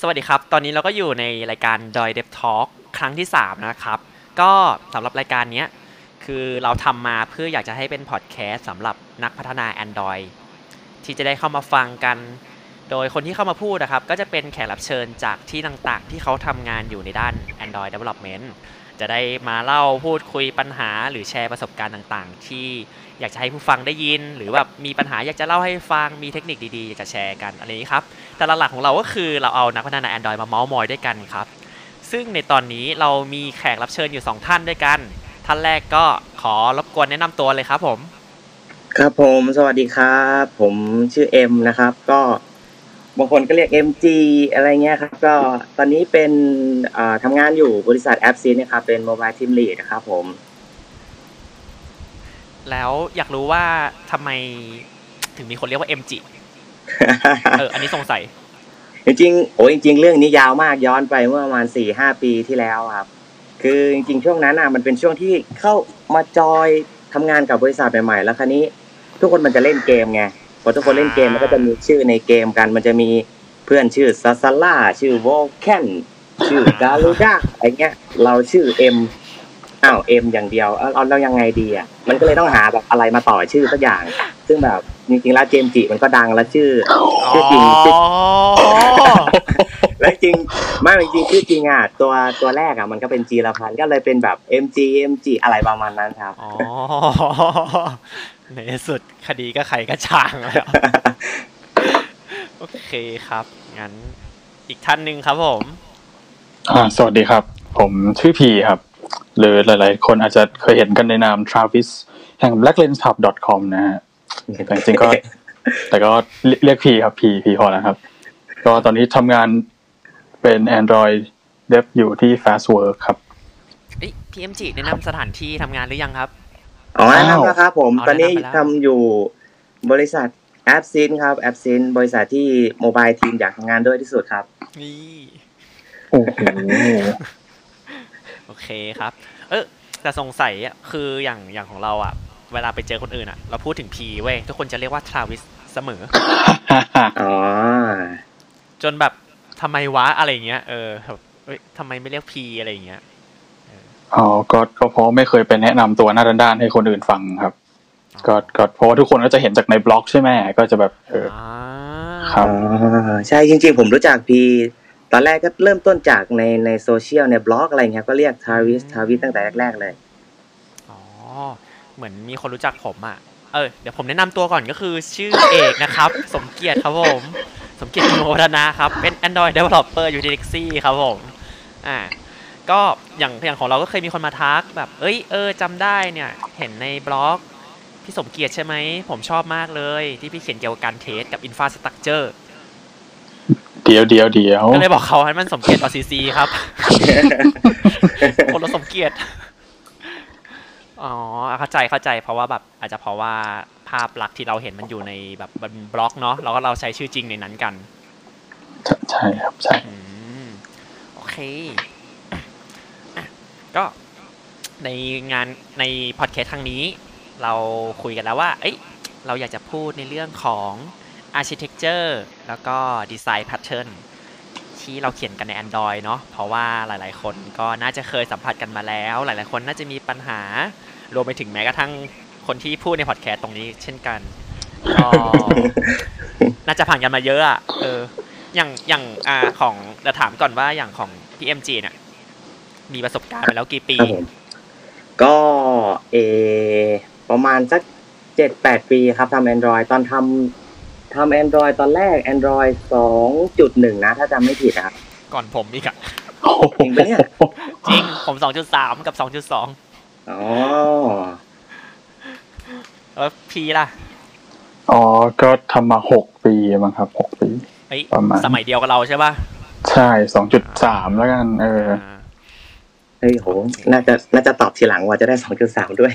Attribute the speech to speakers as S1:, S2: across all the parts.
S1: สวัสดีครับ ตอนนี้เราก็อยู่ในรายการดอยเดฟทอล์กครั้งที่ 3 นะครับ ก็สำหรับรายการเนี้ยคือเราทำมาเพื่ออยากจะให้เป็นพอดแคสต์สำหรับนักพัฒนา Android ที่จะได้เข้ามาฟังกัน โดยคนที่เข้ามาพูดนะครับ ก็จะเป็นแขกรับเชิญจากที่ต่างๆ ที่เขาทำงานอยู่ในด้าน Android Development จะได้มาเล่าพูดคุยปัญหาหรือแชร์ประสบการณ์ต่างๆ ที่อยากจะให้ผู้ฟังได้ยิน หรือแบบมีปัญหาอยากจะเล่าให้ฟังมีเทคนิคดีๆอยากจะแชร์กันอะไรอย่างนี้ครับ แต่หลักๆของเราก็คือเราเอานักพัฒนา Android มาเมาส์มอยด้วยกันครับ ซึ่งในตอนนี้เรามีแขกรับเชิญอยู่ 2 ท่านด้วยกัน ท่านแรกก็ขอรบกวนแนะนำตัวเลยครับผม
S2: ครับผมสวัสดีครับ ผมชื่อเอ็มนะครับ ก็บางคนก็เรียก MG อะไรเงี้ยครับ ก็ตอนนี้เป็นเอ่อทำงานอยู่บริษัทแอปซีนะครับเป็นโมบายทีมลีดนะครับผม
S1: แล้วอยากรู้ว่าทำไมถึงมีคนเรียกว่า MG เออ อันนี้สงสัย
S2: จริงๆโอ้ยจริง ๆ เรื่องนี้ยาวมากย้อนไปเมื่อประมาณสี่ห้าปีที่แล้วครับ คือจริง ๆ ช่วงนั้นอ่ะมันเป็นช่วงที่เข้ามาจอยทำงานกับบริษัทใหม่ๆ แล้วคราวนี้ ทุกคนมันจะเล่นเกมไงพอทุกคนเล่นเกมมันก็จะมีชื่อในเกมกัน มันจะมีเพื่อนชื่อซาซาล่าชื่อวอลแคนชื่อดารูด้าอะไรเงี้ย เราชื่อเอ็มอ้าวเอ็มอย่างเดียวเอาเอาเรายังไงดีอ่ะมันก็เลยต้องหาแบบอะไรมาต่อชื่อสักอย่าง ซึ่งแบบจริงๆแล้วเจมส์จิมันก็ดังแล้วชื่อ
S1: อ๋อ
S2: ชื่อจริงชื่อ แล้วจริงไม่จริงคือจริงอ่ะตัวตัวแรกอ่ะมันก็เป็นจีรพันธ์ก็เลยเป็นแบบ MG MG อะไรประมาณนั้นครับ
S1: อ๋อ ในที่สุดคดีก็ใครก็ช่างแล้ว โอเคครับ งั้นอีกท่านหนึ่งครับผม
S3: อ่าสวัสดีครับ ผมชื่อพีครับ หรือหลายๆ คนอาจจะเคยเห็นกันในนาม Travis แห่ง blacklensclub.com นะฮะแต่จริง ๆก็ แต่ก็เรียกพีครับพีพีพอแล้วครับ ก็ตอนนี้ทำงานเป็น Android Dev อยู่ที่ Fastwork ครับ
S1: เอ้ย PMG แนะนำสถานที่ทำงานหรือยังครับ
S2: อ๋อนั่นนะครับผม
S1: อ๋อ
S2: ตอนนี้
S1: แนะนำไปแล้ว
S2: ทำอยู่บริษัทแอปซินครับแอปซินบริษัทที่โมบายทีมอยากทำงานด้วยที่สุดครับ
S1: นี่
S3: โอ้โห
S1: โอเคครับ เออแต่สงสัยอ่ะคืออย่างอย่างของเราอ่ะ เวลาไปเจอคนอื่นอ่ะ เราพูดถึงพีเว้ย ทุกคนจะเรียกว่าทราวิสเสมอ
S2: อ๋อ
S1: จนแบบทำไมวะอะไรเงี้ย เออแบบเอ้ยทำไมไม่เรียกพีอะไรเงี้ย
S3: อ๋อก็ก็เพราะไม่เคยไปแนะนำตัวหน้าด้านๆให้คนอื่นฟังครับ ก็ก็เพราะว่าทุกคนก็จะเห็นจากในบล็อกใช่ไหมก็จะแบบเออ
S1: อ่า
S3: ครับ
S2: อ๋อ ใช่จริง ๆ ผมรู้จักพีตอนแรกก็เริ่มต้นจากในในโซเชียลในบล็อกอะไรเงี้ยก็เรียกทาวิสทาวิสตั้งแต่แรกๆเลย
S1: อ๋อ เหมือนมีคนรู้จักผมอ่ะ เออ เดี๋ยวผมแนะนำตัวก่อนก็คือชื่อ เอกนะครับ สมเกียรติครับผม สมเกียรติกิโมวัฒนะครับ เป็น Android Developer อยู่ที่ Lexi ครับผม อ่า ก็อย่างอย่างของเราก็เคยมีคนมาทักแบบ เอ้ย เออจำได้เนี่ย เห็นในบล็อก พี่สมเกียรติใช่ไหม ผมชอบมากเลย ที่พี่เขียนเกี่ยวกับการเทสกับ Infrastructure
S3: เดียวเดียวเดียว
S1: ก็เลยบอกเขาให้มันสมเกียรติต่อซีซีครับ คนละสมเกียรติ อ๋อ เข้าใจ เข้าใจ เพราะว่าแบบอาจจะเพราะว่าภาพลักษณ์ที่เราเห็นมันอยู่ในแบบบนบล็อกเนาะ แล้วก็เราใช้ชื่อจริงในนั้นกัน
S3: ใช่ใช่ครับใช่
S1: อืม โอเคอ่ะก็ในงานในพอดแคสต์ครั้งนี้ เราคุยกันแล้วว่า เอ้ย เราอยากจะพูดในเรื่องของ architecture แล้วก็ design pattern ที่เราเขียนกันใน Android เนาะเพราะว่าหลายๆ คนก็น่าจะเคยสัมผัสกันมาแล้ว หลายๆ คนน่าจะมีปัญหา รวมไปถึงแม้กระทั่งคนที่พูดในพอดแคสต์ตรงนี้เช่นกันก็ น่าจะผ่านกันมาเยอะอะเออ อย่างอย่างอ่าของจะถามก่อนว่าอย่างของพี่เอ็มจีเนี่ยมีประสบการณ์มาแล้วกี่ปี
S2: ครับผมก็เออประมาณสักเจ็ดแปดปีครับทำ Android ตอนทำทำ Android ตอนแรก Android สองจุดหนึ่งนะ ถ้าจำไม่ผิดนะครับ
S1: ก่อนผมอีกอะ
S2: จริงปะเนี่ย
S1: จริง ผมสองจุดสามกับสองจุดสอง
S2: อ๋อ
S1: แล้วพีล่ะ
S3: อ๋อ ก็ทำมาหกปีมั้งครับหกปี
S1: เฮ้ย
S3: ประมาณ
S1: สมัยเดียวกับเราใช่ป่ะ
S3: ใช่สองจุดสามแล้วกัน เออ
S1: า
S2: เฮ้ยโห น่าจะน่าจะตอบทีหลังว่าจะได้สองจุดสามด้วย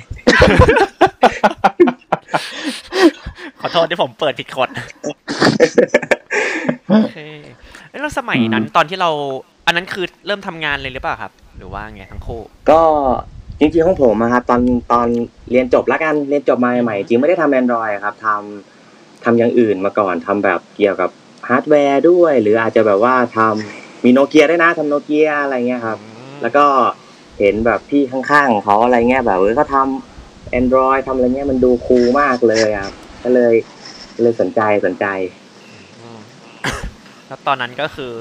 S1: ขอโทษที่ผมเปิดผิดกฎโอเคแล้วสมัยนั้นตอนที่เรา อันนั้นคือเริ่มทำงานเลยหรือเปล่าครับ หรือว่าไงทั้งคู่
S2: ก็จริงๆของผมนะครับตอนตอนเรียนจบละกันเรียนจบมาใหม่ๆจริงไม่ได้ทำ Android ครับทำทำอย่างอื่นมาก่อนทำแบบเกี่ยวกับ ฮาร์ดแวร์ด้วย หรืออาจจะแบบว่าทำมีโนเกียด้วยนะทำโนเกียอะไรเงี้ยครับ แล้วก็เห็นแบบพี่ข้างๆเขาอะไรเงี้ยแบบเออเขาทำ Android ทำอะไรเงี้ยมันดูคูลมากเลยครับก็เลยเลยสนใจสนใจ
S1: อืมแล้วตอนนั้นก็คือ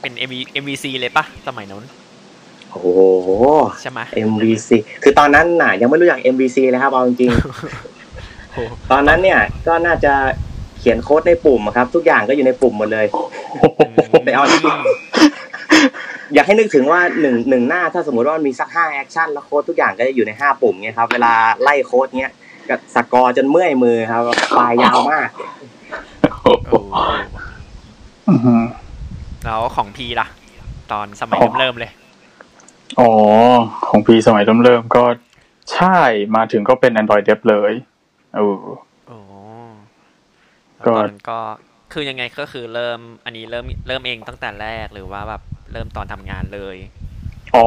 S1: เป็น MV MVC เลยปะสมัยนั้น
S2: โอ้โห
S1: ใช่ไหม
S2: MVC คือตอนนั้นน่ะยังไม่รู้จัก MVC เลยครับเอาจริงๆ
S1: โอ้
S2: ตอนนั้นเนี่ยก็น่าจะเขียนโค้ดในปุ่มอะครับ ทุกอย่างก็อยู่ในปุ่มหมดเลย แต่เอาจริง อยากให้นึกถึงว่าหนึ่งหนึ่งหน้าถ้าสมมติว่ามันมีสักห้าแอคชั่นแล้วโค้ดทุกอย่างก็จะอยู่ในห้าปุ่มเนี่ยครับ เวลาไล่โค้ดเนี้ยก็สกอร์จนเมื่อยมือครับปลายยาวมาก
S1: โอ้
S3: อื้อหือ
S1: แล้วของพีล่ะ ตอนสมัย
S3: อ๋อ
S1: เริ่มๆเลย
S3: อ๋อ ของพีสมัยเริ่มเริ่มๆก็ใช่มาถึงก็เป็น Android Dev เลยเออ
S1: โอ้แล้ว
S3: ก็
S1: ตอนนั้นก็คือยังไงก็คือเริ่มอันนี้เริ่มเริ่มเองตั้งแต่แรกหรือว่าแบบเริ่มตอนทำงานเลย
S3: อ๋อ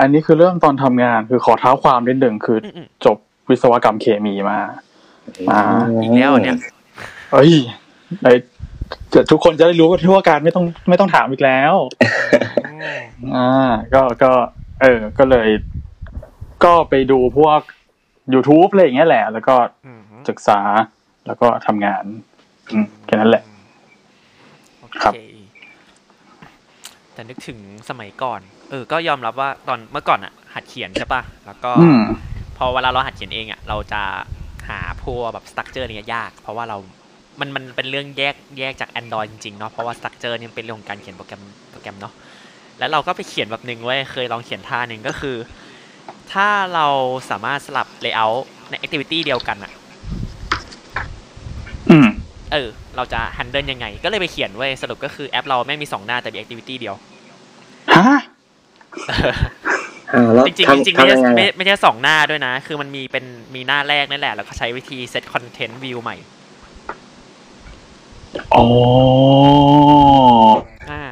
S3: อันนี้คือเริ่มตอนทำงานคือขอเท้าความนิดหนึ่งคือ
S1: อืมอืม
S3: จบวิศวกรรมเคมีมา อ่า
S1: อีกแล้วเนี่ย
S3: เอ้ยไอ้จะทุกคนจะได้รู้ว่าทั่วการไม่ต้องไม่ต้องถามอีกแล้ว อ่า ก็ก็ เออ ก็เลย ก็ไปดูพวก YouTube อะไรอย่างเงี้ยแหละ แล้วก็
S1: อืม
S3: ศึกษาแล้วก็ทำงาน อืมแค่นั้นแหละ
S1: โอ
S3: ครับ
S1: เคแต่นึกถึงสมัยก่อน เออ ก็ยอมรับว่าตอนเมื่อก่อนอะหัดเขียนใช่ปะแล้วก็
S3: อืม
S1: พอเวลาเราหัดเขียนเองอ่ะเราจะหาพวกแบบสตั๊กเจอร์เนี่ยยาก เพราะว่าเรา มันมันเป็นเรื่องแยกแยกจาก Android จริงๆเนาะเพราะว่าสตั๊กเจอร์เนี่ยมันเป็นเรื่องของการเขียนโปรแกรมโปรแกรมเนาะแล้วเราก็ไปเขียนแบบหนึ่งเว้ยเคยลองเขียนท่าหนึ่งก็คือ ถ้าเราสามารถสลับ layout ใน activity เดียวกันอ่ะ
S3: อืม
S1: เออ เราจะ handle ยังไง ก็เลยไปเขียนเว้ยสรุปก็คือแอปเราไม่งมีสองหน้าแต่มี activity เดียว
S3: ฮะ
S2: อ่าแล้ว
S1: จริง
S2: ทำ
S1: ๆจริงๆไม่
S2: ทำ
S1: ใช่
S2: ยังไง
S1: ไม่
S2: อะ
S1: ไม่ใช่สองหน้าด้วยนะ คือมันมีเป็นมีหน้าแรกนั่นแหละ แล้วก็ใช้วิธี set content view ใหม่
S3: อ๋อ
S1: อ่า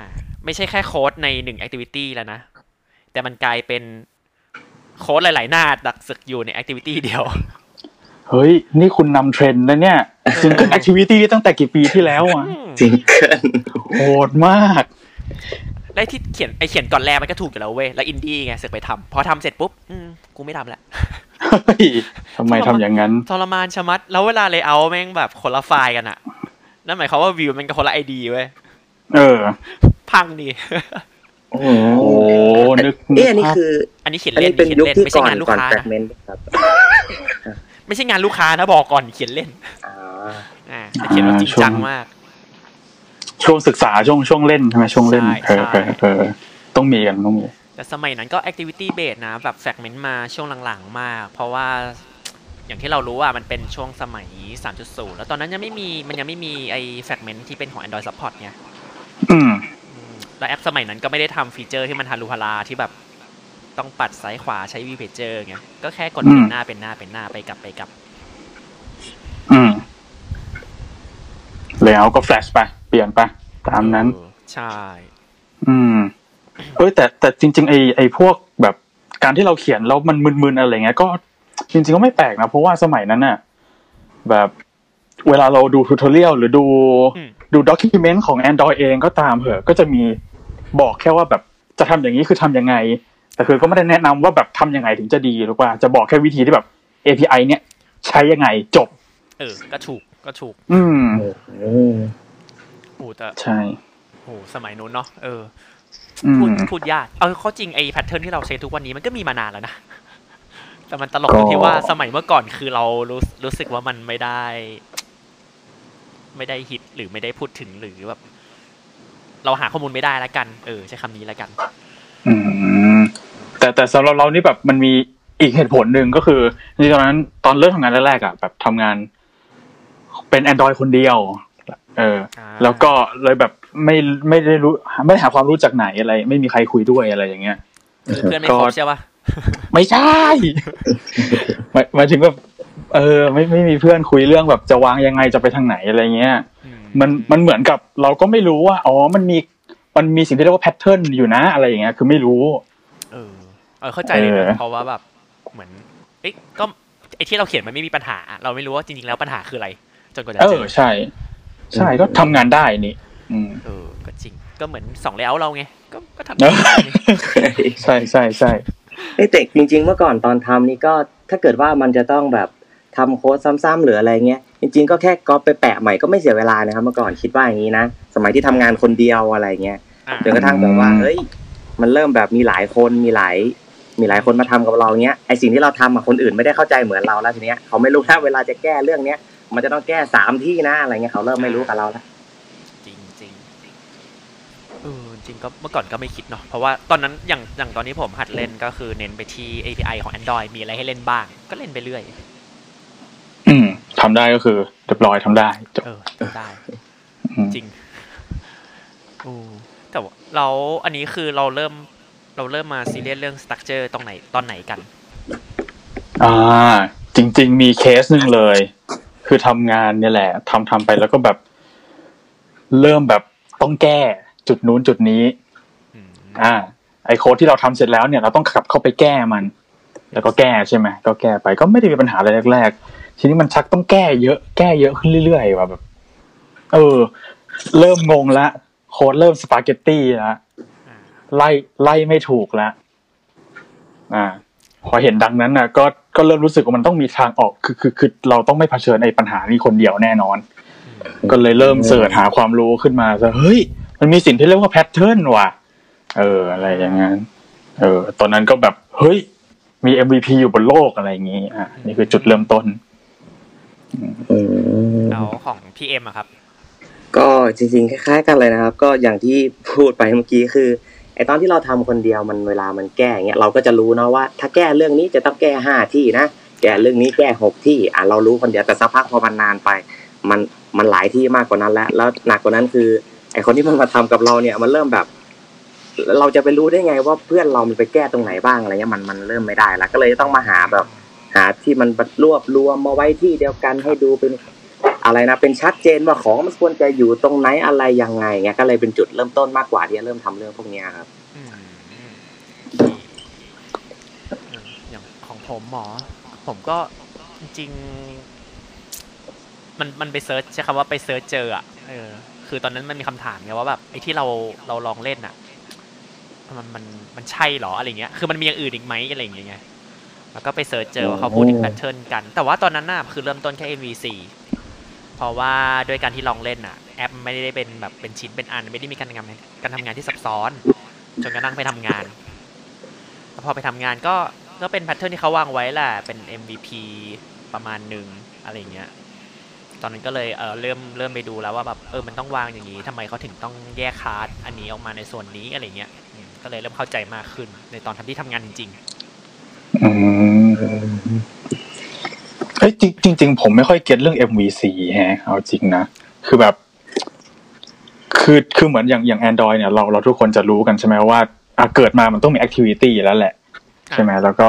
S1: ไม่ใช่แค่โค้ดในหนึ่งแอคทิวิตี้แล้วนะ แต่มันกลายเป็นโค้ดหลาย ๆ หน้าดักศึกอยู่ในแอคทิวิตี้เดียว
S3: เฮ้ย นี่คุณนำเทรนด์นะเนี่ยซิงเกิลแอคทิวิตี้ตั้งแต่กี่ปีที่แล้วอ่ะ
S2: จริงเกิน
S3: โหดมาก
S1: ได้ที่เขียนไอเขียนก่อนแรกมันก็ถูกอยู่แล้วเว้ย แล้วอินดี้ไงเสอกไปทำพอทำเสร็จปุ๊บ อืม กูไม่ทำละ
S3: เฮ้ยทำไมทำอย่างนั้น
S1: ทรมานชะมัด แล้วเวลาเลเยอร์แม่งแบบคนละไฟล์กันอะนั่นหมายความว่าวิวมันก็คนละไอดีเว้ย
S3: เออ
S1: พังดี
S2: โอ้
S3: โอ้โหนึก
S2: เอ๊ะอันนี้
S3: ภาพ
S2: คือ
S1: อันนี้เขียน
S2: อัน
S1: เล่
S2: นี้
S1: น
S2: เป็น
S1: เขียน
S2: ยุค
S1: เล่น
S2: ที่
S1: ไม่
S2: ก่
S1: ใช่
S2: อน
S1: งานลูก
S2: ก่อน
S1: ค้า
S2: แฟก
S1: นะ
S2: เมนต์ครับ
S1: ไม่ใช่งานลูกค้านะบอกก่อนเขียนเล่น
S2: อ่า
S1: อ่าแต่เขียนแบบจริงจังมาก
S3: ช่วงศึกษาช่วงช่วงเล่นใช่ไหมช่วงเล่น
S1: ใช่
S3: เออ
S1: ใช่
S3: เออเออต้องมีกันต้องมี
S1: แต่สมัยนั้นก็ activity base นะ แบบ fragment มาช่วงหลังๆ มาก เพราะว่า อย่างที่เรารู้ว่ามันเป็นช่วงสมัย 3.0 แล้วตอนนั้นยังไม่มี มันยังไม่มีไอ้ fragment ที่เป็นของ Android support ไง
S3: อืม
S1: อืมแล้วแอปสมัยนั้นก็ไม่ได้ทำฟีเจอร์ที่มันฮารุฮาราที่แบบต้องปัดซ้ายขวาใช้ view pager ไงก็แค่กด
S3: อืม
S1: เป็นหน้าเป็นหน้าเป็นหน้าไปกลับไปกลับ
S3: อืม แล้วก็แฟลชไป เปลี่ยนไป ตามนั้น
S1: ใช่
S3: อืม เอ้ยแต่แต่จริง ๆ ไอไอพวกแบบการที่เราเขียนแล้วมันมึนๆอะไรเงี้ยก็จริง ๆ ก็ไม่แปลกนะ เพราะว่าสมัยนั้นน่ะ แบบเวลาเราดูทูทอเรียลหรือดู
S1: อืม
S3: ดูด็อกิเมนต์ของ Android เองก็ตามเหอะก็จะมีบอกแค่ว่าแบบจะทำอย่างนี้คือทำยังไง แต่คือก็ไม่ได้แนะนำว่าแบบทำยังไงถึงจะดีหรือว่าจะบอกแค่วิธีที่แบบ API เนี้ยใช้ยังไงจบ
S1: เออ ก็ถูกก็ถูก
S3: อืม
S1: โอ้แต่
S3: ใช่
S1: โอ้สมัยนู้นเนาะเออ
S3: อื
S1: พูด
S3: ม
S1: พูดยาก เอาเข้าจริงไอ้แพทเทิร์นที่เราใช้ทุกวันนี้มันก็มีมานานแล้วนะ แต่มันตลก
S3: ก็
S1: ตรงที่ว่าสมัยเมื่อก่อนคือเรารู้รู้สึกว่ามันไม่ได้ ไม่ได้ฮิตหรือไม่ได้พูดถึงหรือแบบ เราหาข้อมูลไม่ได้ละกัน เออ ใช้คำนี้ละกัน
S3: อืมแต่แต่สำหรับเรานี่แบบมันมีอีกเหตุผลหนึ่งก็คือจริงๆตอนนั้นตอนเริ่มทำงานแรกๆอ่ะแบบทำงาน เป็น Android คนเดียวเออ
S1: อ่า
S3: แล้วก็เลยแบบไม่ไม่ได้รู้ ไม่ได้หาความรู้จากไหนอะไร ไม่มีใครคุยด้วยอะไรอย่างเงี้ย
S1: คือเพื่อนไม่ครบ
S3: ก็
S1: ใช่ปะ
S3: ไม่ใช่ หมายหมายถึงแบบเออ ไม่ไม่มีเพื่อนคุยเรื่องแบบจะวางยังไงจะไปทางไหนอะไรเงี้ย
S1: อื
S3: มันมันเหมือนกับเราก็ไม่รู้ว่าอ๋อมันมีมันมีสิ่งที่เรียกว่าแพทเทิร์นอยู่นะอะไรอย่างเงี้ยคือไม่รู้
S1: เออเออเข้าใจเลย
S3: เออ
S1: นะเพราะว่าแบบเหมือนเอ๊ะก็ไอ้ที่เราเขียนมันไม่มีปัญหา เราไม่รู้ว่าจริงๆแล้วปัญหาคืออะไร จนกว่าจะ
S3: เอ
S1: เจ
S3: อ
S1: อ
S3: ใช่ ใช่ก็ทำงานได้นี่ อืม
S1: เออก็จริง ก็เหมือนสองเลเยอร์เราไง ก็ก็ทำได้นี่
S3: ใช่ใช่ใช่
S2: เอ้ยแต่จริงๆเมื่อก่อนตอนทำนี่ก็ถ้าเกิดว่ามันจะต้องแบบทำโค้ดซ้ำๆหรืออะไรเงี้ยจริง ๆ ก็แค่ก๊อปไปแปะใหม่ก็ไม่เสียเวลานะครับเมื่อก่อนคิดว่าอย่างนี้นะสมัยที่ทำงานคนเดียวอะไรเงี้ย
S1: อ่ะ
S2: จนกระทั่งแบบว่าเฮ้ยมันเริ่มแบบมีหลายคนมีหลาย มีหลายคนมาทำกับเราเนี้ยไอสิ่งที่เราทำอะคนอื่นไม่ได้เข้าใจเหมือนเราแล้วทีเนี้ยเขาไม่รู้ถ้าเวลาจะแก้เรื่องเนี้ยมันจะต้องแก้สามที่นะอะไรเงี้ยเขาเริ่มไม่รู้กับเราแล้ว
S1: จริงจริงเออจริงก็เมื่อก่อนก็ไม่คิดเนาะเพราะว่าตอนนั้นอย่างอย่างตอนนี้ผมหัดเล่นก็คือเน้นไปที่ API ของ Android มีอะไรให้เล่นบ้าง ก็เล่นไปเรื่อย
S3: อืมทำได้ก็คือเรียบร้อยทำได้จบ
S1: เออได้
S3: อืม
S1: จริงโอ้แต่ว่าเราอันนี้คือเราเริ่มเราเริ่มมาซีเรียสเรื่องสตั๊กเจอร์ตรงไหนตอนไหนกัน
S3: อ่า จริง ๆ มีเคสหนึ่งเลย คือทำงานเนี่ยแหละทำทำไปแล้วก็แบบ เริ่มแบบต้องแก้จุดนู้นจุดนี้
S1: อืม
S3: อ่า ไอโค้ดที่เราทำเสร็จแล้วเนี่ยเราต้องกลับเข้าไปแก้มัน แล้วก็แก้ใช่ไหมก็แก้ไปก็ไม่ได้มีปัญหาอะไรแรกๆทีนี้มันชักต้องแก้เยอะแก้เยอะขึ้นเรื่อยๆว่ะแบบ เออ เริ่มงงละโค้ดเริ่มสปาเกตตี้ละไล่ไล่ไม่ถูกละอ่า พอเห็นดังนั้นน่ะ ก็ก็เริ่มรู้สึกว่ามันต้องมีทางออกคือคือคือเราต้องไม่เผชิญไอ้ปัญหานี้คนเดียวแน่นอน
S1: อืม
S3: ก็เลยเริ่มเสิร์ชหาความรู้ขึ้นมาซะเฮ้ย มันมีสิ่งที่เรียกว่าแพทเทิร์นว่ะ เออ อะไรอย่างนั้น เออ ตอนนั้นก็แบบ เฮ้ย มี MVP อยู่บนโลกอะไรอย่างนี้ อ่ะ นี่คือจุดเริ่มต้น
S1: แล้วของ PM อะครับ
S2: ก็จริงๆคล้าย ๆ กันเลยนะครับ ก็อย่างที่พูดไปเมื่อกี้คือไอตอนที่เราทำคนเดียวมันเวลามันแก้อย่างเงี้ยเราก็จะรู้เนาะว่า ถ้าแก้เรื่องนี้จะต้องแก้ห้าที่นะแก้เรื่องนี้แก้หกที่อ่ะเรารู้คนเดียวแต่สักพักพอมันนานไป มันมันหลายที่มากกว่านั้นแล้วแล้วหนักกว่านั้นคือไอคนที่มันมาทำกับเราเนี่ยมันเริ่มแบบ เราจะไปรู้ได้ไงว่าเพื่อนเรามันไปแก้ตรงไหนบ้างอะไรเงี้ยมันมันเริ่มไม่ได้แล้วก็เลยต้องมาหาแบบ หาที่มันรวบรวมมาไว้ที่เดียวกันให้ดูเป็นอะไรนะเป็นชัดเจนว่าของมันควรจะอยู่ตรงไหนอะไรยังไงเงี้ยก็เลยเป็นจุดเริ่มต้นมากกว่าที่จะเริ่มทำเรื่องพวกเนี้ยครับ
S1: อืมอย่างของผมหมอ ผมก็จริงๆมันมันไปเซิร์ชใช้คำว่าไปเซิร์ชเจออะเออ คือตอนนั้นมันมีคำถามไงว่าแบบไอ้ที่เราเราลองเล่นอะมันมันมันใช่เหรออะไรเงี้ย คือมันมีอย่างอื่นอีกไหมอะไรอย่างเงี้ยไงแล้วก็ไปเซิร์ชเจอว่าเขาพูดถึงแพทเทิร์นกัน แต่ว่าตอนนั้นน่ะคือเริ่มต้นแค่ MVC เพราะว่าด้วยการที่ลองเล่นอะแอปไม่ได้เป็นแบบเป็นชิ้นเป็นอันไม่ได้มีการทำงานการทำงานที่ซับซ้อน จนกระทั่งไปทำงานแล้วพอไปทำงานก็ ก็เป็นแพทเทิร์นที่เขาวางไว้แหละ เป็น MVP ประมาณหนึ่งอะไรอย่างเงี้ย ตอนนั้นก็เลย เออเริ่ม เริ่มไปดูแล้วว่าแบบ เออ มันต้องวางอย่างนี้ ทำไมเขาถึงต้องแยกคลาสอันนี้ออกมาในส่วนนี้อะไรเงี้ยอืมก็เลยเริ่มเข้าใจมากขึ้น ในตอนทำที่ทำงานจริง
S3: อืมเอ้ยจริงจริง ๆ ผมไม่ค่อยเก็ตเรื่อง MVC แฮะ เอาจริงนะ คือแบบ คือคือเหมือนอย่างอย่าง Android เนี่ยเราเราทุกคนจะรู้กันใช่ไหมว่าอ่ะเกิดมามันต้องมี Activity แล้วแหละ
S1: ๆ
S3: ใช่ไหมแล้วก็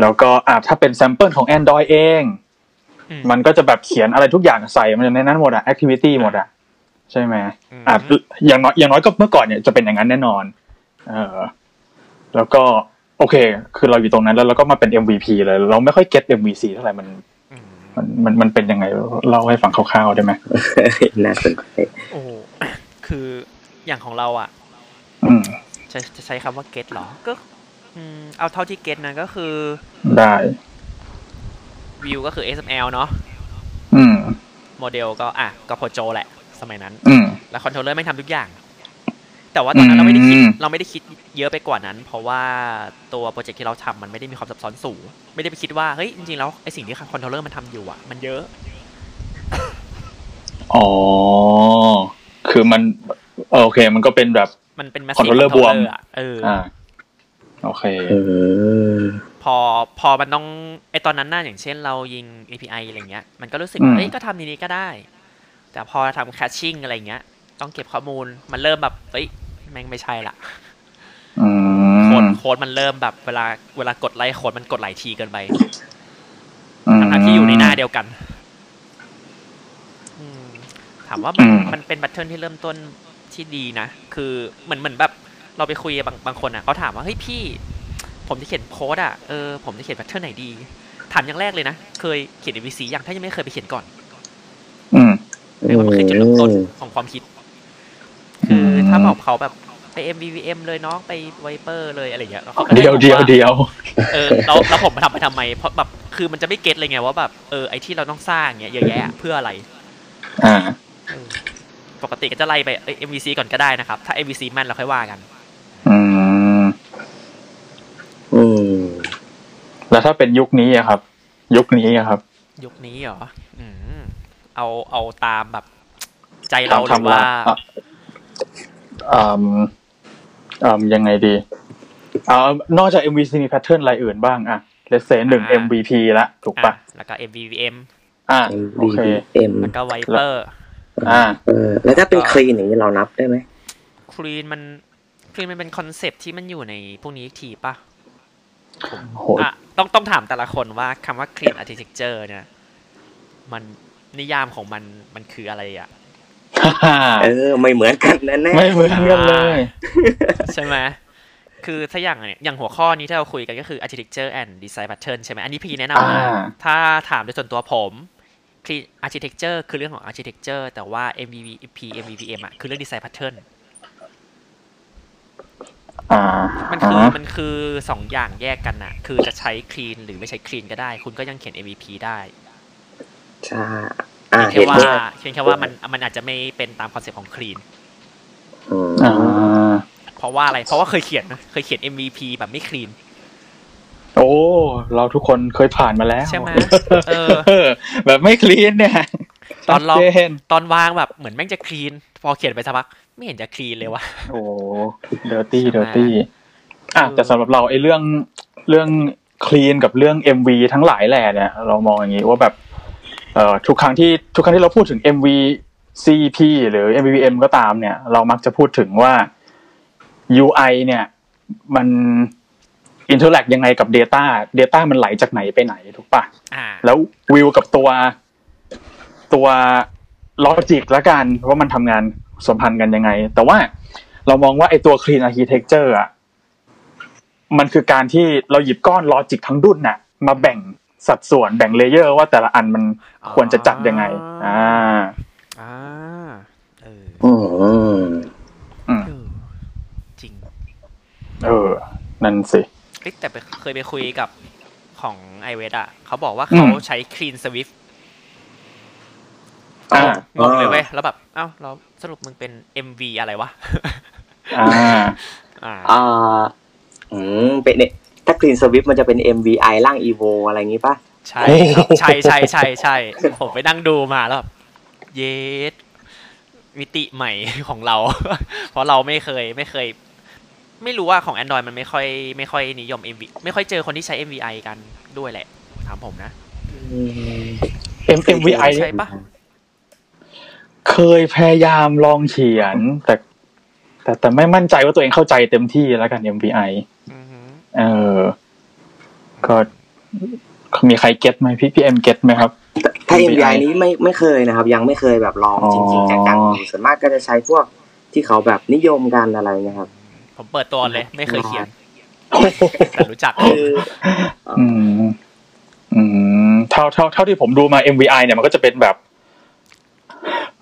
S3: แล้วก็อ่ะถ้าเป็นแซมเปิลของ Android เอง
S1: อืม
S3: มันก็จะแบบเขียนอะไรทุกอย่างใส่มันในนั้นหมดอะแอคทิวิตี้หมดอะใช่ไหม
S1: อืม
S3: อ่ะอย่างน้อยอย่างน้อยก็เมื่อก่อนเนี่ยจะเป็นอย่างนั้นแน่นอน เออ แล้วก็โอเค คือเราอยู่ตรงนั้นแล้วเราก็มาเป็น MVP เลย เราไม่ค่อยเก็ต MVC เท่าไหร่มัน
S1: อืม
S3: มันมันมันเป็นยังไงเล่าให้ฟังคร่าวๆได้ไหม
S2: น่าสนใจ
S1: โอ้โห คืออย่างของเราอ่ะ
S3: อืม
S1: จะจะใช้คำว่าเก็ตหรอ ก็อืมเอาเท่าที่เก็ตนะก็คือ
S3: ได้
S1: วิวก็คือ SML เนาะ
S3: อืม
S1: โมเดลก็อ่ะก็พอโจแหละ สมัยนั้น
S3: อืม
S1: แล้วคอนโทรลเลอร์ไม่งทำทุกอย่าง แต่ว่าตอนนั้นเราไม่ได้คิด
S3: อืม
S1: เราไม่ได้คิดเยอะไปกว่านั้น เพราะว่าตัวโปรเจกต์ที่เราทำมันไม่ได้มีความซับซ้อนสูง ไม่ได้ไปคิดว่า เฮ้ย จริงๆ แล้วไอสิ่งที่คอนโทรลเลอร์มันทำอยู่อ่ะ มันเยอะ
S3: อ๋อ คือมันเออโอเค มันก็เป็นแบบ
S1: มันเป็น massive
S3: controller บวม
S1: controller อะเอออ
S3: อ่า โอเค
S1: พอพอมันต้องไอตอนนั้นน่าอย่างเช่นเรายิง API อะไรเงี้ยมันก็รู้สึกว่า
S3: อืม
S1: เอ้ยก็ทำในนี้ก็ได้ แต่พอทำ caching อะไรเงี้ย ต้องเก็บข้อมูลมันเริ่มแบบเฮ้ยแม่งไม่ใช่ละ
S3: อืม
S1: โค้ดโค้ดมันเริ่มแบบเวลาเวลากดไลค์โค้ดมันกดหลายทีเกินไป ทั้งๆที่อยู่ในหน้าเดียวกันอืมถามว่ามัน
S3: อืม
S1: มันเป็นแพทเทิร์นที่เริ่มต้นที่ดีนะ คือเหมือนเหมือนแบบเราไปคุยกับบางบางคนอ่ะเขาถามว่าเฮ้ยพี่ ผมจะเขียนโค้ดอ่ะเออผมจะเขียนแพทเทิร์นไหนดี ถามอย่างแรกเลยนะ เคยเขียน MVC ยังถ้ายังไม่เคยไปเขียนก่อน
S3: อืม
S1: เรียกว่ามันคือจุดเริ่มต้นของความคิด คือถ้าบอกเขาแบบไป MVVM เลยน้องไปไวเปอร์เลยอะไรอย่างเงี้ยแล้วขาก็
S3: เดียว
S1: บอกา
S3: เดียวเดียว
S1: เออแล้วแล้วผมทำไปทำไม เพราะแบบคือมันจะไม่เก็ตเลยไงว่าแบบเออไอที่เราต้องสร้างเนี่ยเยอะแยะ เพื่ออะไร
S3: อ่า
S1: เออปกติก็จะไล่ไปเอ็มวีซีก่อนก็ได้นะครับ ถ้าเอ็มวีซีแม่นเราค่อยว่ากัน
S3: อืม
S2: อืม
S3: แล้วถ้าเป็นยุคนี้อะครับ ยุคนี้อะครับ
S1: ยุคนี้เหรออืมเอาเอาตามแบบใจเราห
S3: ต
S1: รือว่า
S3: อ่ะอืมอืมยังไงดีอ่านอกจาก MVP มีแพทเทิร์นอะไรอื่นบ้างอะเลเซนหนึ่ง
S1: อ่า
S3: MVP ละถูกปะ
S1: อ่ะแล้วก็ MVVM
S3: อ่าโอเค
S2: MDM
S1: แล้วก็ไวเปอร์
S3: อ่า
S2: เออแล้วถ้าเป็นคลีนอย่างนี้เรานับได้ไหม
S1: คลีนมันคลีนมันเป็นคอนเซปที่มันอยู่ในพวกนี้อีกทีป่ะ
S3: โห
S1: อ่ะต้องต้องถามแต่ละคนว่าคำว่า Clean Architecture เนี่ย มันนิยามของมันมันคืออะไรอ่ะ
S3: ฮ่า
S2: เออ ไม่เหมือนกันแน่แน่
S3: ไม่เหมือนกันเลย
S1: ใช่ไหม คือถ้าอย่างเนี่ยอย่างหัวข้อนี้ที่เราคุยกันก็คือ architecture and design pattern ใช่ไหม อันนี้พี่แนะนำมา
S3: อ่า
S1: ถ้าถามโดยส่วนตัวผม Clean architecture คือเรื่องของ architecture แต่ว่า MVP MVPM อ่ะ คือเรื่อง design pattern
S3: อ่า
S1: มันคืออมันคือสองอย่างแยกกันอะคือจะใช้ clean หรือไม่ใช้ clean ก็ได้ คุณก็ยังเขียน MVP ได้
S2: ใช่อ่า
S1: เพี
S2: เห็
S1: ย
S2: น
S1: งแค่ว่า
S2: ด้วย
S1: เพียงแค่ว่ามันมันอาจจะไม่เป็นตามคอนเซ็ปต์ของ clean
S2: อืม
S3: อ่า
S1: เพราะว่าอะไร เพราะว่าเคยเขียนนะเคยเขียน MVP แบบไม่ clean
S3: โอ้ เราทุกคนเคยผ่านมาแล้ว
S1: ใช่ไหมเออ
S3: เออ แบบไม่คลีนเนี่ย
S1: ตอนลอง
S3: ชัดเจน
S1: ตอนวางแบบเหมือนแม่งจะคลีน พอเขียนไปสักพักไม่เห็นจะคลีนเลยวะ
S3: โอ้เดอร์ตี้เดอร์ตี้
S1: ใช่ไหม
S3: อ่ะแต่สำหรับเราไอ้เรื่องเรื่องคลีนกับเรื่อง MV ทั้งหลายแหล่เนี่ย เรามองอย่างนี้ว่าแบบเอ่อทุกครั้งที่ทุกครั้งที่เราพูดถึง MV CP หรือ MVM ก็ตามเนี่ย เรามักจะพูดถึงว่า UI เนี่ย มันอินเทอร์แลกยังไงกับ Data Data มันไหลจากไหนไปไหนถูกปะ
S1: อ่า
S3: แล้ววิวกับตัวตัวลอจิกละกันว่ามันทำงานสัมพันธ์กันยังไง แต่ว่าเรามองว่าไอตัว Clean Architecture อ่ะมันคือการที่เราหยิบก้อนลอจิกทั้งดุนน่ะ มาแบ่งสัดส่วนแบ่งเลเยอร์ว่าแต่ละอันมัน
S1: อ๋อ
S3: ควรจะจัดยังไง อ่า
S1: อ่าเออ
S2: อืม
S1: เออ จริง
S3: เออ นั่นสิ
S1: เอ้ยแต่ไปเคยไปคุยกับของไอเวดอะเขาบอกว่า
S3: อื
S1: เขา
S3: ม
S1: ใช้คลีนสวิฟ
S3: อ่า
S1: งงเลยเว้ย แล้วแบบ เอ้าเราสรุปมึงเป็น MV อะไรวะ
S3: อ่า
S1: อ่า
S2: อ่าอืมเป็นเนี่ยถ้าคลีนสวิฟมันจะเป็น MVI ร่าง EVO อะไรอย่างงี้ป่ะ
S1: ใช่ครับใช่ใช่ใช่ใช่ ผมไปนั่งดูมาแล้วแบบเยสมิติใหม่ของเรา เพราะเราไม่เคยไม่เคย ไม่รู้ว่าของ Android มันไม่ค่อย ไม่ค่อยนิยม MV ไม่ค่อยเจอคนที่ใช้ MVI กันด้วยแหละ ถามผมนะ
S3: M MVI
S1: ใช่ปะ
S3: เคยพยายามลองเขียน แต่แต่แต่ไม่มั่นใจว่าตัวเองเข้าใจเต็มที่แล้วกัน MVI
S1: อือหือ
S3: เออ ก็มีใครเก็ตไหมพี่พี่เอ็มเก็ตไหมครับ
S2: ถ้า
S3: MVI
S2: MVI นี้ไม่ไม่เคยนะครับ ยังไม่เคยแบบลอง
S3: อ๋อ
S2: จริงๆจังๆส่วนมากก็จะใช้พวกที่เขาแบบนิยมกันอะไรนะครับ
S1: ผมเปิดตัวเลย ไม่เคยเขียน
S3: โอ้โห
S1: แต่รู้จัก
S2: คือ
S3: อืม อืม เท่าเท่าเท่าที่ผมดูมา MVI เนี่ยมันก็จะเป็นแบบ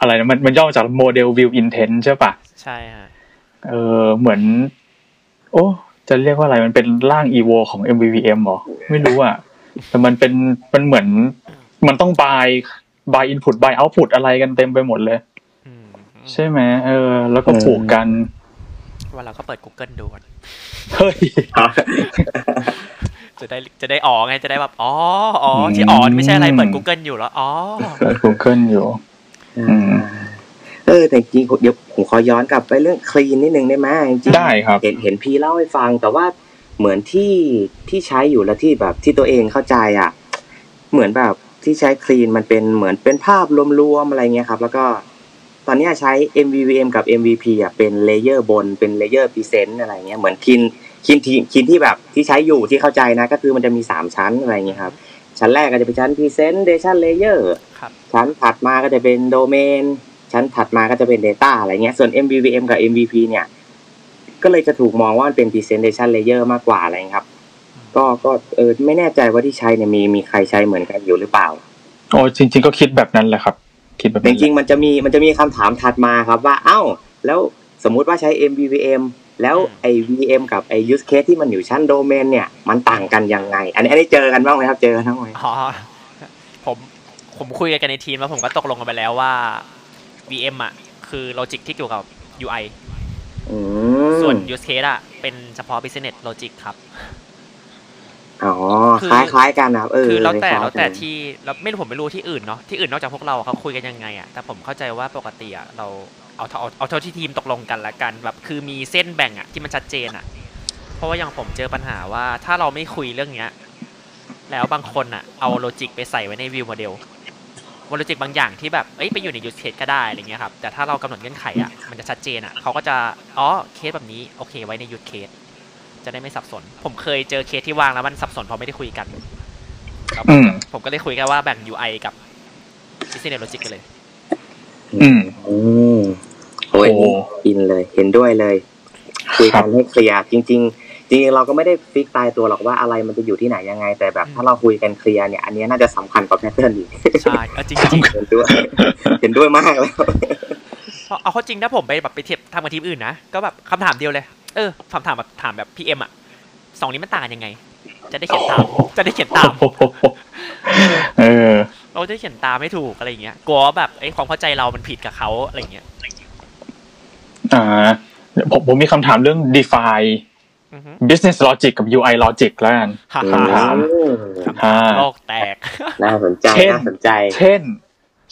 S3: อะไรนะมันมันย่อมาจากโมเดล view intent ใช่ปะ
S1: ใช่ฮะ
S3: เออ เหมือน โอ้จะเรียกว่าอะไรมันเป็นร่าง evo ของ MVVM เหรอ ไม่รู้อะแต่มันเป็นมันเหมือน มันต้อง buy buy input buy output อะไรกันเต็มไปหมดเลย
S1: อืม
S3: ใช่ไหมเออ แล้วก็ผูกกัน
S1: วันเราก็เปิด Google ดูก่อน
S3: เฮ้ย
S1: จะได้จะได้อ๋อไงจะได้แบบอ๋ออ๋อที่อ๋อนี่ไม่ใช่อะไรเปิด Google อยู่แล้วอ๋อ
S3: เปิด Google อยู่ อืม
S2: เออแต่จริงๆเดี๋ยวผมขอย้อนกลับไปเรื่องคลีนนิดนึงได้ไหมจริงๆ
S3: ได้ครับ
S2: เห็นเห็นพี่เล่าให้ฟัง แต่ว่าเหมือนที่ที่ใช้อยู่และที่แบบที่ตัวเองเข้าใจอ่ะ เหมือนแบบที่ใช้คลีนมันเป็นเหมือนเป็นภาพรวมๆอะไรเงี้ยครับ แล้วก็ตอนเนี้ยใช้ MVVM กับ MVP อ่ะเป็นเลเยอร์บนเป็นเลเยอร์พรีเซนต์อะไรเงี้ยเหมือนคินคินที่คินที่แบบที่ใช้อยู่ที่เข้าใจนะ ก็คือมันจะมีสามชั้นอะไรเงี้ยครับ ชั้นแรกก็จะเป็นชั้นพรีเซนต์เดชันเลเยอร์
S1: ครับ
S2: ชั้นถัดมาก็จะเป็นโดเมน ชั้นถัดมาก็จะเป็น Data อะไรเงี้ย ส่วน MVVM กับ MVP เนี่ย ก็เลยจะถูกมองว่ามันเป็น Presentation Layer มากกว่าอะไรเงี้ยครับ ก็ก็เออไม่แน่ใจว่าที่ใช้เนี่ยมีมีใครใช้เหมือนกันอยู่หรือเปล่า
S3: โอ้จริง ๆ ก็คิดแบบนั้นแหละครับ คิดแบบ
S2: แต่จ
S3: นั้น
S2: ริงๆมันจะมีมันจะมีคำถามถัดมาครับว่าเอ้า แล้วสมมุติว่าใช้ MVVM แล้วไอ้ VM กับไอ้ use case ที่มันอยู่ชั้นโดเมนเนี่ยมันต่างกันยังไง อันนี้อันนี้เจอกันบ้างไหมครับเจอกันบ้างไหม
S1: อ๋อผมผมคุยกันในทีมแล้วผมก็ตกลงกันไปแล้วว่า VM อ่ะ คือโลจิกที่เกี่ยวกับ UI
S2: อื
S1: ส่วน
S2: ม
S1: use case อ่ะ เป็นเฉพาะ business logic ครับ
S2: อ๋อ
S1: คือ
S2: คล้ายคล้ายๆกันนะครับเออ
S1: คือแล้วแต่
S2: คายๆ
S1: แล้วแต่
S2: กัน
S1: ที่แล้วไม่รู้ผมไม่รู้ที่อื่นเนาะที่อื่นนอกจากพวกเราอะเขาคุยกันยังไงอะแต่ผมเข้าใจว่าปกติอะเราเอาเท่าเอาเอาเท่าที่ทีมตกลงกันละกันแบบคือมีเส้นแบ่งอะที่มันชัดเจนอะเพราะว่าอย่างผมเจอปัญหาว่าถ้าเราไม่คุยเรื่องเนี้ยแล้วบางคนอะเอาโลจิกไปใส่ไว้ในวิวโมเดลว่าโลจิกบางอย่างที่แบบเอ้ยไปอยู่ในยูสเคสก็ได้อะไรเงี้ยครับแต่ถ้าเรากำหนดเงื่อนไขอะมันจะชัดเจนอะเขาก็จะอ๋อเคสแบบนี้โอเค ไว้ในยูสเคสจะได้ไม่สับสน ผมเคยเจอเคสที่วางแล้วมันสับสนเพราะไม่ได้คุยกัน
S3: อืม
S1: ผมก็เลยคุยกันว่าแบ่ง UI กับ Business Logic กันเลย
S3: อืม
S2: อืมโอ้ย
S3: โอ้
S2: อินเลยเห็นด้วยเลย คุยกันให้เคลียร์จริง ๆ จริงๆเราก็ไม่ได้ฟิกตายตัวหรอกว่าอะไรมันจะอยู่ที่ไหนยังไง แต่แบบ
S1: อืม
S2: ถ้าเราคุยกันเคลียร์เนี่ยอันเนี้ยน่าจะสำคัญกว่าแพทเทิร์นอีก
S1: ใช่เอาจริงจริง
S2: เห็น ด้วยเห็นด้วยมากแล้ว
S1: ๆเพราะเอาเข้าจริงถ้าผมไปแบบไปเทียบทำกับทีมอื่นนะ ก็แบบคำถามเดียวเลย เออคำถามแบบถามแบบ PM อ่ะสองนี้มันต่างกันยังไง จะได้เขียนตาม จะได้เขียนตาม
S3: เออ
S1: เราจะได้เขียนตามไม่ถูกอะไรอย่างเงี้ยกลัวว่าแบบไอ้ยความเข้าใจเรามันผิดกับเขาอะไรอย่างเงี้ย
S3: อ่าเดี๋ยวผมผมมีคำถามเรื่อง define
S1: อือฮึ
S3: business logic กับ UI logic แล้วกัน
S1: ฮ่า
S3: คำถาม
S2: อืม
S3: อ่า
S1: โลกแตก
S2: น่าสนใจ
S3: เช่น
S2: น่าสนใจ
S3: เช่น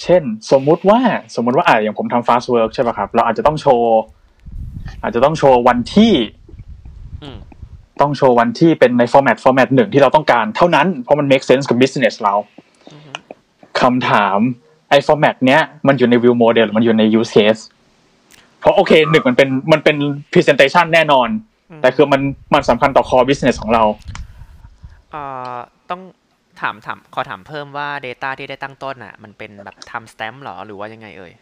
S3: เช่น สมมุติว่าสมมุติว่าอ่ะอย่างผมทำ fast work ใช่ป่ะครับ เราอาจจะต้องโชว์ อาจจะต้องโชว์วันที่
S1: อืม
S3: ต้องโชว์วันที่เป็นใน format format หนึ่งที่เราต้องการเท่านั้น เพราะมัน make sense กับ business เรา
S1: อือฮึ
S3: คำถามไอ้ format เนี้ย มันอยู่ใน view model หรือมันอยู่ใน use case เพราะโอเคหนึ่งมันเป็นมันเป็น presentation แน่นอน แต่คือมันมันสำคัญต่อ core business ของเรา
S1: เอ่อต้องถามถามขอถามเพิ่มว่า Data ที่ได้ตั้งต้นอ่ะ มันเป็นแบบ time stamp หรอหรือว่ายังไงเอ่ย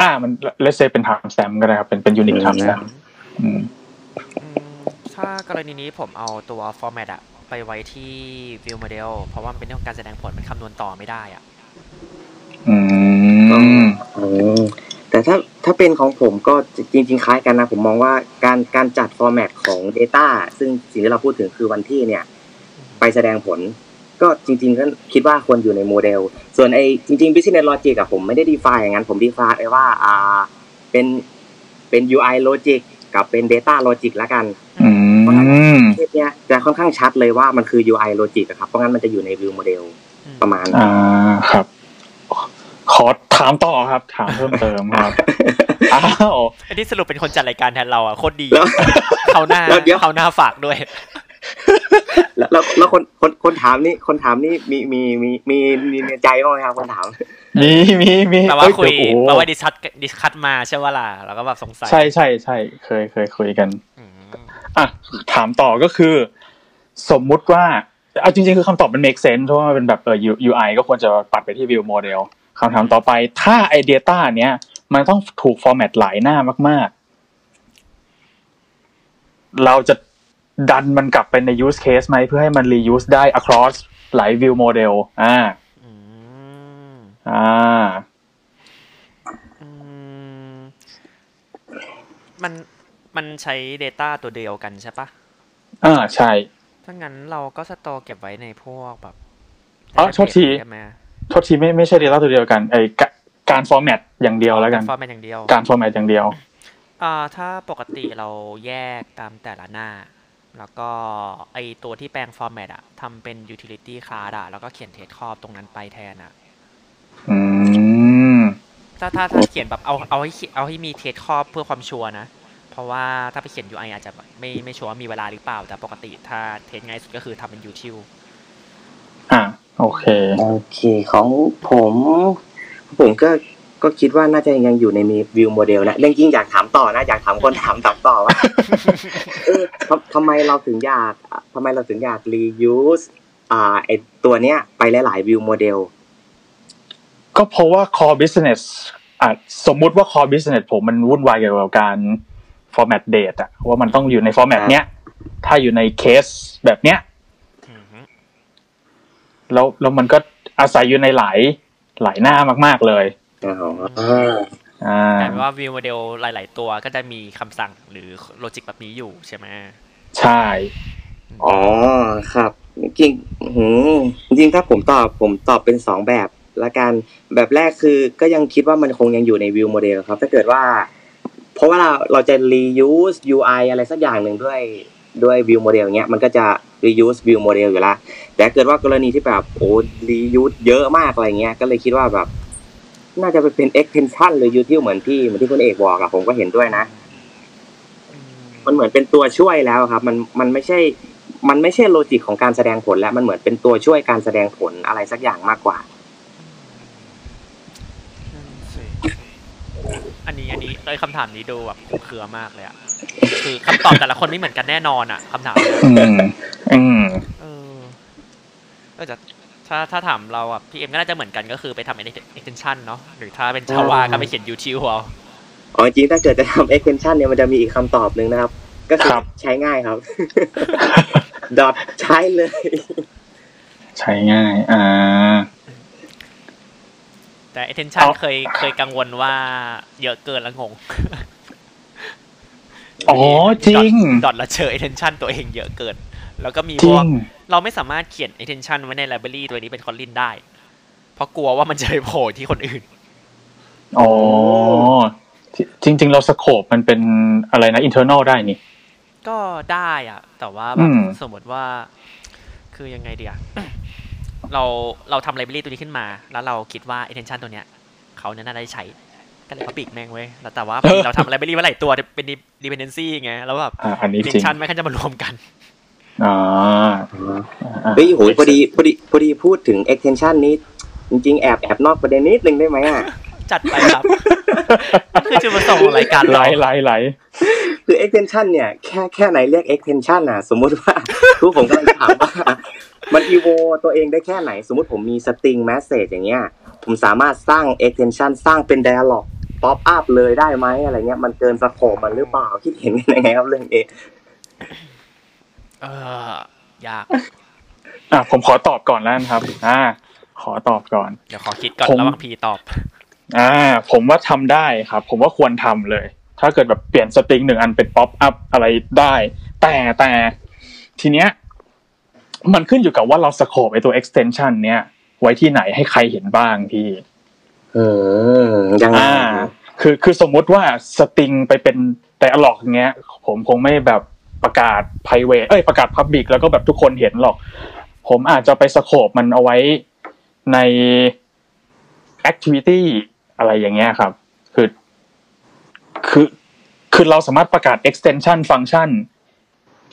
S3: อ่ามันเลเซเป็น time stamp ก็ได้ครับ เป็นเป็น unique time stamp อืม
S1: อืมถ้ากรณีนี้ผมเอาตัว format อะไปไว้ที่ view model เพราะว่ามันเป็นเรื่องของการแสดงผลมันคำนวณต่อไม่ได้อะ
S3: อืม
S2: อืมแต่ถ้าถ้าเป็นของผมก็จริง ๆ คล้ายกันนะ ผมมองว่าการการจัดฟอร์แมตของ Data ซึ่งสิ่งที่เราพูดถึงคือวันที่เนี่ย ไปแสดงผล ก็จริง ๆ ก็คิดว่าควรอยู่ในโมเดล ส่วนไอ้จริง ๆ business logic อะผมไม่ได้ define อย่างนั้น ผม define ไว้ว่าอ่าเป็นเป็น UI logic กับเป็น data logic ละกัน
S3: อืม
S2: เทปเนี้ยจะค่อนข้างชัดเลยว่ามันคือ UI logic อะครับ เพราะงั้นมันจะอยู่ใน view model
S1: อืม
S2: ประมาณ
S3: อ่า ครับ ขอถามต่อครับ ถามเพิ่มเติม ครับ อ้าว
S1: อันนี้สรุปเป็นคนจัดรายการแทนเราอะโคตรดี
S2: แล้ว
S1: เขาหน้า
S2: แล้วเดี๋ยว
S1: เขาหน้าฝากด้วย
S2: แล้วแล้วแล้วคนคนคนถามนี่คนถามนี่มีมีมีมีมีในใจบ้างไหมครับคนถาม
S3: มีมีมี
S1: แต่ว่า
S3: เอ้
S1: คุย
S3: เดี๋โอ้โห
S1: แปลว่าดิสคัทดิสคัทมาใช่ว่าล่ะเราก็แบบสงสัย
S3: ใช่ใช่ใช่เคยเคยคุยกัน
S1: อืม
S3: อ่ะ ถามต่อก็คือ สมมุติว่า เอาจริง ๆ คือคำตอบมัน make sense เพราะว่ามันเป็นแบบเออ U- UI ก็ควรจะปัดไปที่ view model คำถามต่อไปถ้าไอเดียต้าเนี้ย มันต้องถูก format หลายหน้ามาก ๆ เราจะดันมันกลับไปใน use case ไหม เพื่อให้มัน reuse ได้ across หลาย view model อ่า
S1: อืม
S3: อ่า
S1: อืมมันมันใช้ Data ตัวเดียวกันใช่ปะ
S3: อ่า ใช่
S1: ถ้างั้นเราก็สตอร์เก็บไว้ในพวกแบบ
S3: อ๋อโทษที
S1: ใช่ไหม
S3: โทษทีไม่ไม่ใช่ data ตัวเดียวกันไอกะการ format อย่างเดียวแล้วกัน
S1: ฟอร์แมตอย่างเดียว
S3: การ format อย่างเดียว
S1: อ่าถ้าปกติเราแยกตามแต่ละหน้า แล้วก็ไอตัวที่แปลงฟอร์แมตอะทำเป็น utility class อะแล้วก็เขียนเทสครอบตรงนั้นไปแทนอะ
S3: อืม
S1: ถ้าถ้าถ้าเขียนแบบเอาเอาให้เขียนเอาให้มีเทสครอบเพื่อความชัวร์นะ เพราะว่าถ้าไปเขียน UI อาจจะไม่ไม่ชัวร์ว่ามีเวลาหรือเปล่า แต่ปกติถ้าเทสง่ายสุดก็คือทำเป็น util
S3: อ่าโอเค
S2: โอเคของผมผมก็ก็คิดว่าน่าจะยังอยู่ในมีวิวโมเดลนะเรื่องจริงอยากถามต่อนะ อยากถามคนถามถามต่อ ว่า เออทำทำไมเราถึงอยากทำไมเราถึงอยาก reuse อ่าไอตัวเนี้ยไปหลายๆวิวโมเดล
S3: ก็เพราะว่า core business อ่ะสมมุติว่า core business ผมมันวุ่นวายเกี่ยวกับการ format date อะว่ามันต้องอยู่ใน format เนี้ย ถ้าอยู่ในเคสแบบเนี้ย
S1: อือฮึ
S3: แล้วแล้วมันก็อาศัยอยู่ในหลายหลายหน้ามาก ๆเลย
S2: อ๋อ
S3: อ่า
S1: แต่ว่าวิวโมเดลหลาย ๆ ตัวก็จะมีคำสั่งหรือโลจิกแบบนี้อยู่ใช่ไหม
S3: ใช่
S2: อ๋อครับจริงๆหืมจริงๆถ้าผมตอบผมตอบเป็นสองแบบละกันแบบแรกคือก็ยังคิดว่ามันคงยังอยู่ในวิวโมเดลครับ ถ้าเกิดว่า เพราะว่าเราเราจะ reuse UI อะไรสักอย่างหนึ่งด้วยด้วยวิวโมเดลเงี้ยมันก็จะ reuse วิวโมเดลอยู่ละแต่เกิดว่ากรณีที่แบบโอ้ reuse เยอะมากอะไรเงี้ยก็เลยคิดว่าแบบ น่าจะไปเป็น extension หรือ util เหมือนที่เหมือนที่คุณเอกบอกอะผมก็เห็นด้วยนะ มันเหมือนเป็นตัวช่วยแล้วครับ มันมันไม่ใช่ มันไม่ใช่โลจิกของการแสดงผลแล้วมันเหมือนเป็นตัวช่วยการแสดงผลอะไรสักอย่างมากกว่า
S1: นั่นสิอันนี้อันนี้เลยคำถามนี้ดูแบบคลุมเครือมากเลยอะคือคำตอบแต่ละคนไม่เหมือนกันแน่นอนอะคำถามเนี่ย
S3: อืม อืม
S1: เออเออแต่ถ้าถ้าถามเราอะพี่เอ็มก็น่าจะเหมือนกันก็คือไปทำ extension เนาะหรือถ้าเป็นชาวาก็ไปเขียน YouTube เอา
S2: อ๋อจริงๆถ้าเกิดจะทำ extension เนี่ยมันจะมีอีกคำตอบหนึ่งนะครับ ก็คือ
S3: ครับ
S2: ใช้ง่าย ครับ ดอทใช้เลย
S3: ใช้ง่าย อ่า
S1: แต่ extension
S3: เอา
S1: เคยเคยกังวลว่าเยอะเกินแล้วงง
S3: อ๋อจริง
S1: ดอทละเจอ extension ตัวเองเยอะเกิน แล้วก็มี
S3: จ
S1: พ
S3: ริ
S1: วก
S3: ง
S1: เราไม่สามารถเขียน attention ไว้ใน library ตัวนี้เป็น Kotlin ได้ เพราะกลัวว่ามันจะไปโผล่ที่คนอื่น
S3: อ๋อ จริงจริง ๆ เราสโคปมันเป็นอะไรนะ internal ได้นี่
S1: ก็ได้อะแต่ว่าแบ
S3: อื
S1: บ
S3: ม
S1: สมมติว่า คือยังไงเดีย เราเราทำ library ตัวนี้ขึ้นมา แล้วเราคิดว่า attention ตัวเนี้ยเขาเนี่ยน่าได้ใช้ ก็เลย public แม่งเว้ยแล้ว แต่ว่าพอดีเราทำ library ไว้หลายตัวเป็น dependency ไง แล้วแบบ
S3: อ่า อันนี้จริง
S1: attention ไม่ค่อยจะมารวมกัน
S3: อ่าอ่า
S2: เฮ้ยโหยพอดีพอดีพอดีพูดถึง extension นี้ จริงๆ แอบแอบนอกประเด็นนิดนึงได้ไหมอ่ะ
S1: จัดไปครับ นั่นคือจุดประสงค์ของรายการ
S3: ไหล
S1: เรา
S3: ไหลไหล
S2: คือ extension เนี่ยแค่แค่ไหนเรียก extension อ่ะ สมมุติว่า ผู้ผมกำลังถามว่า มัน evo ตัวเองได้แค่ไหน สมมุติผมมี string message อย่างเงี้ย ผมสามารถสร้าง extension สร้างเป็น dialog pop up เลยได้ไหมอะไรเงี้ย มันเกินสโคปมันหรือเปล่า คิดเห็นกันยังไงครับเรื่องนี้
S1: เออยาก
S3: อ่าผมขอตอบก่อนแล้วกันครับ อ่า ขอตอบก่อน
S1: เดี๋ยวขอคิดก่อน
S3: ผม
S1: ระหว่างพีตอบ
S3: อ่า ผมว่าทำได้ครับ ผมว่าควรทำเลย ถ้าเกิดแบบเปลี่ยนสตริงหนึ่งอันเป็นป๊อปอัพอะไรได้ แต่แต่ทีเนี้ย มันขึ้นอยู่กับว่าเราสโคปไอตัว extension เนี้ยไว้ที่ไหนให้ใครเห็นบ้างพี่
S2: อืมยังไง
S3: อ่า คือคือสมมุติว่าสตริงไปเป็นแต่อลอกเงี้ย ผมคงไม่แบบประกาศ p r i v a t เอ้ยประกาศ Public แล้วก็แบบทุกคนเห็นหรอก ผมอาจจะไปสโคปมันเอาไว้ใน Activity อะไรอย่างเงี้ยครับ คือ คือคือเราสามารถประกาศ extension function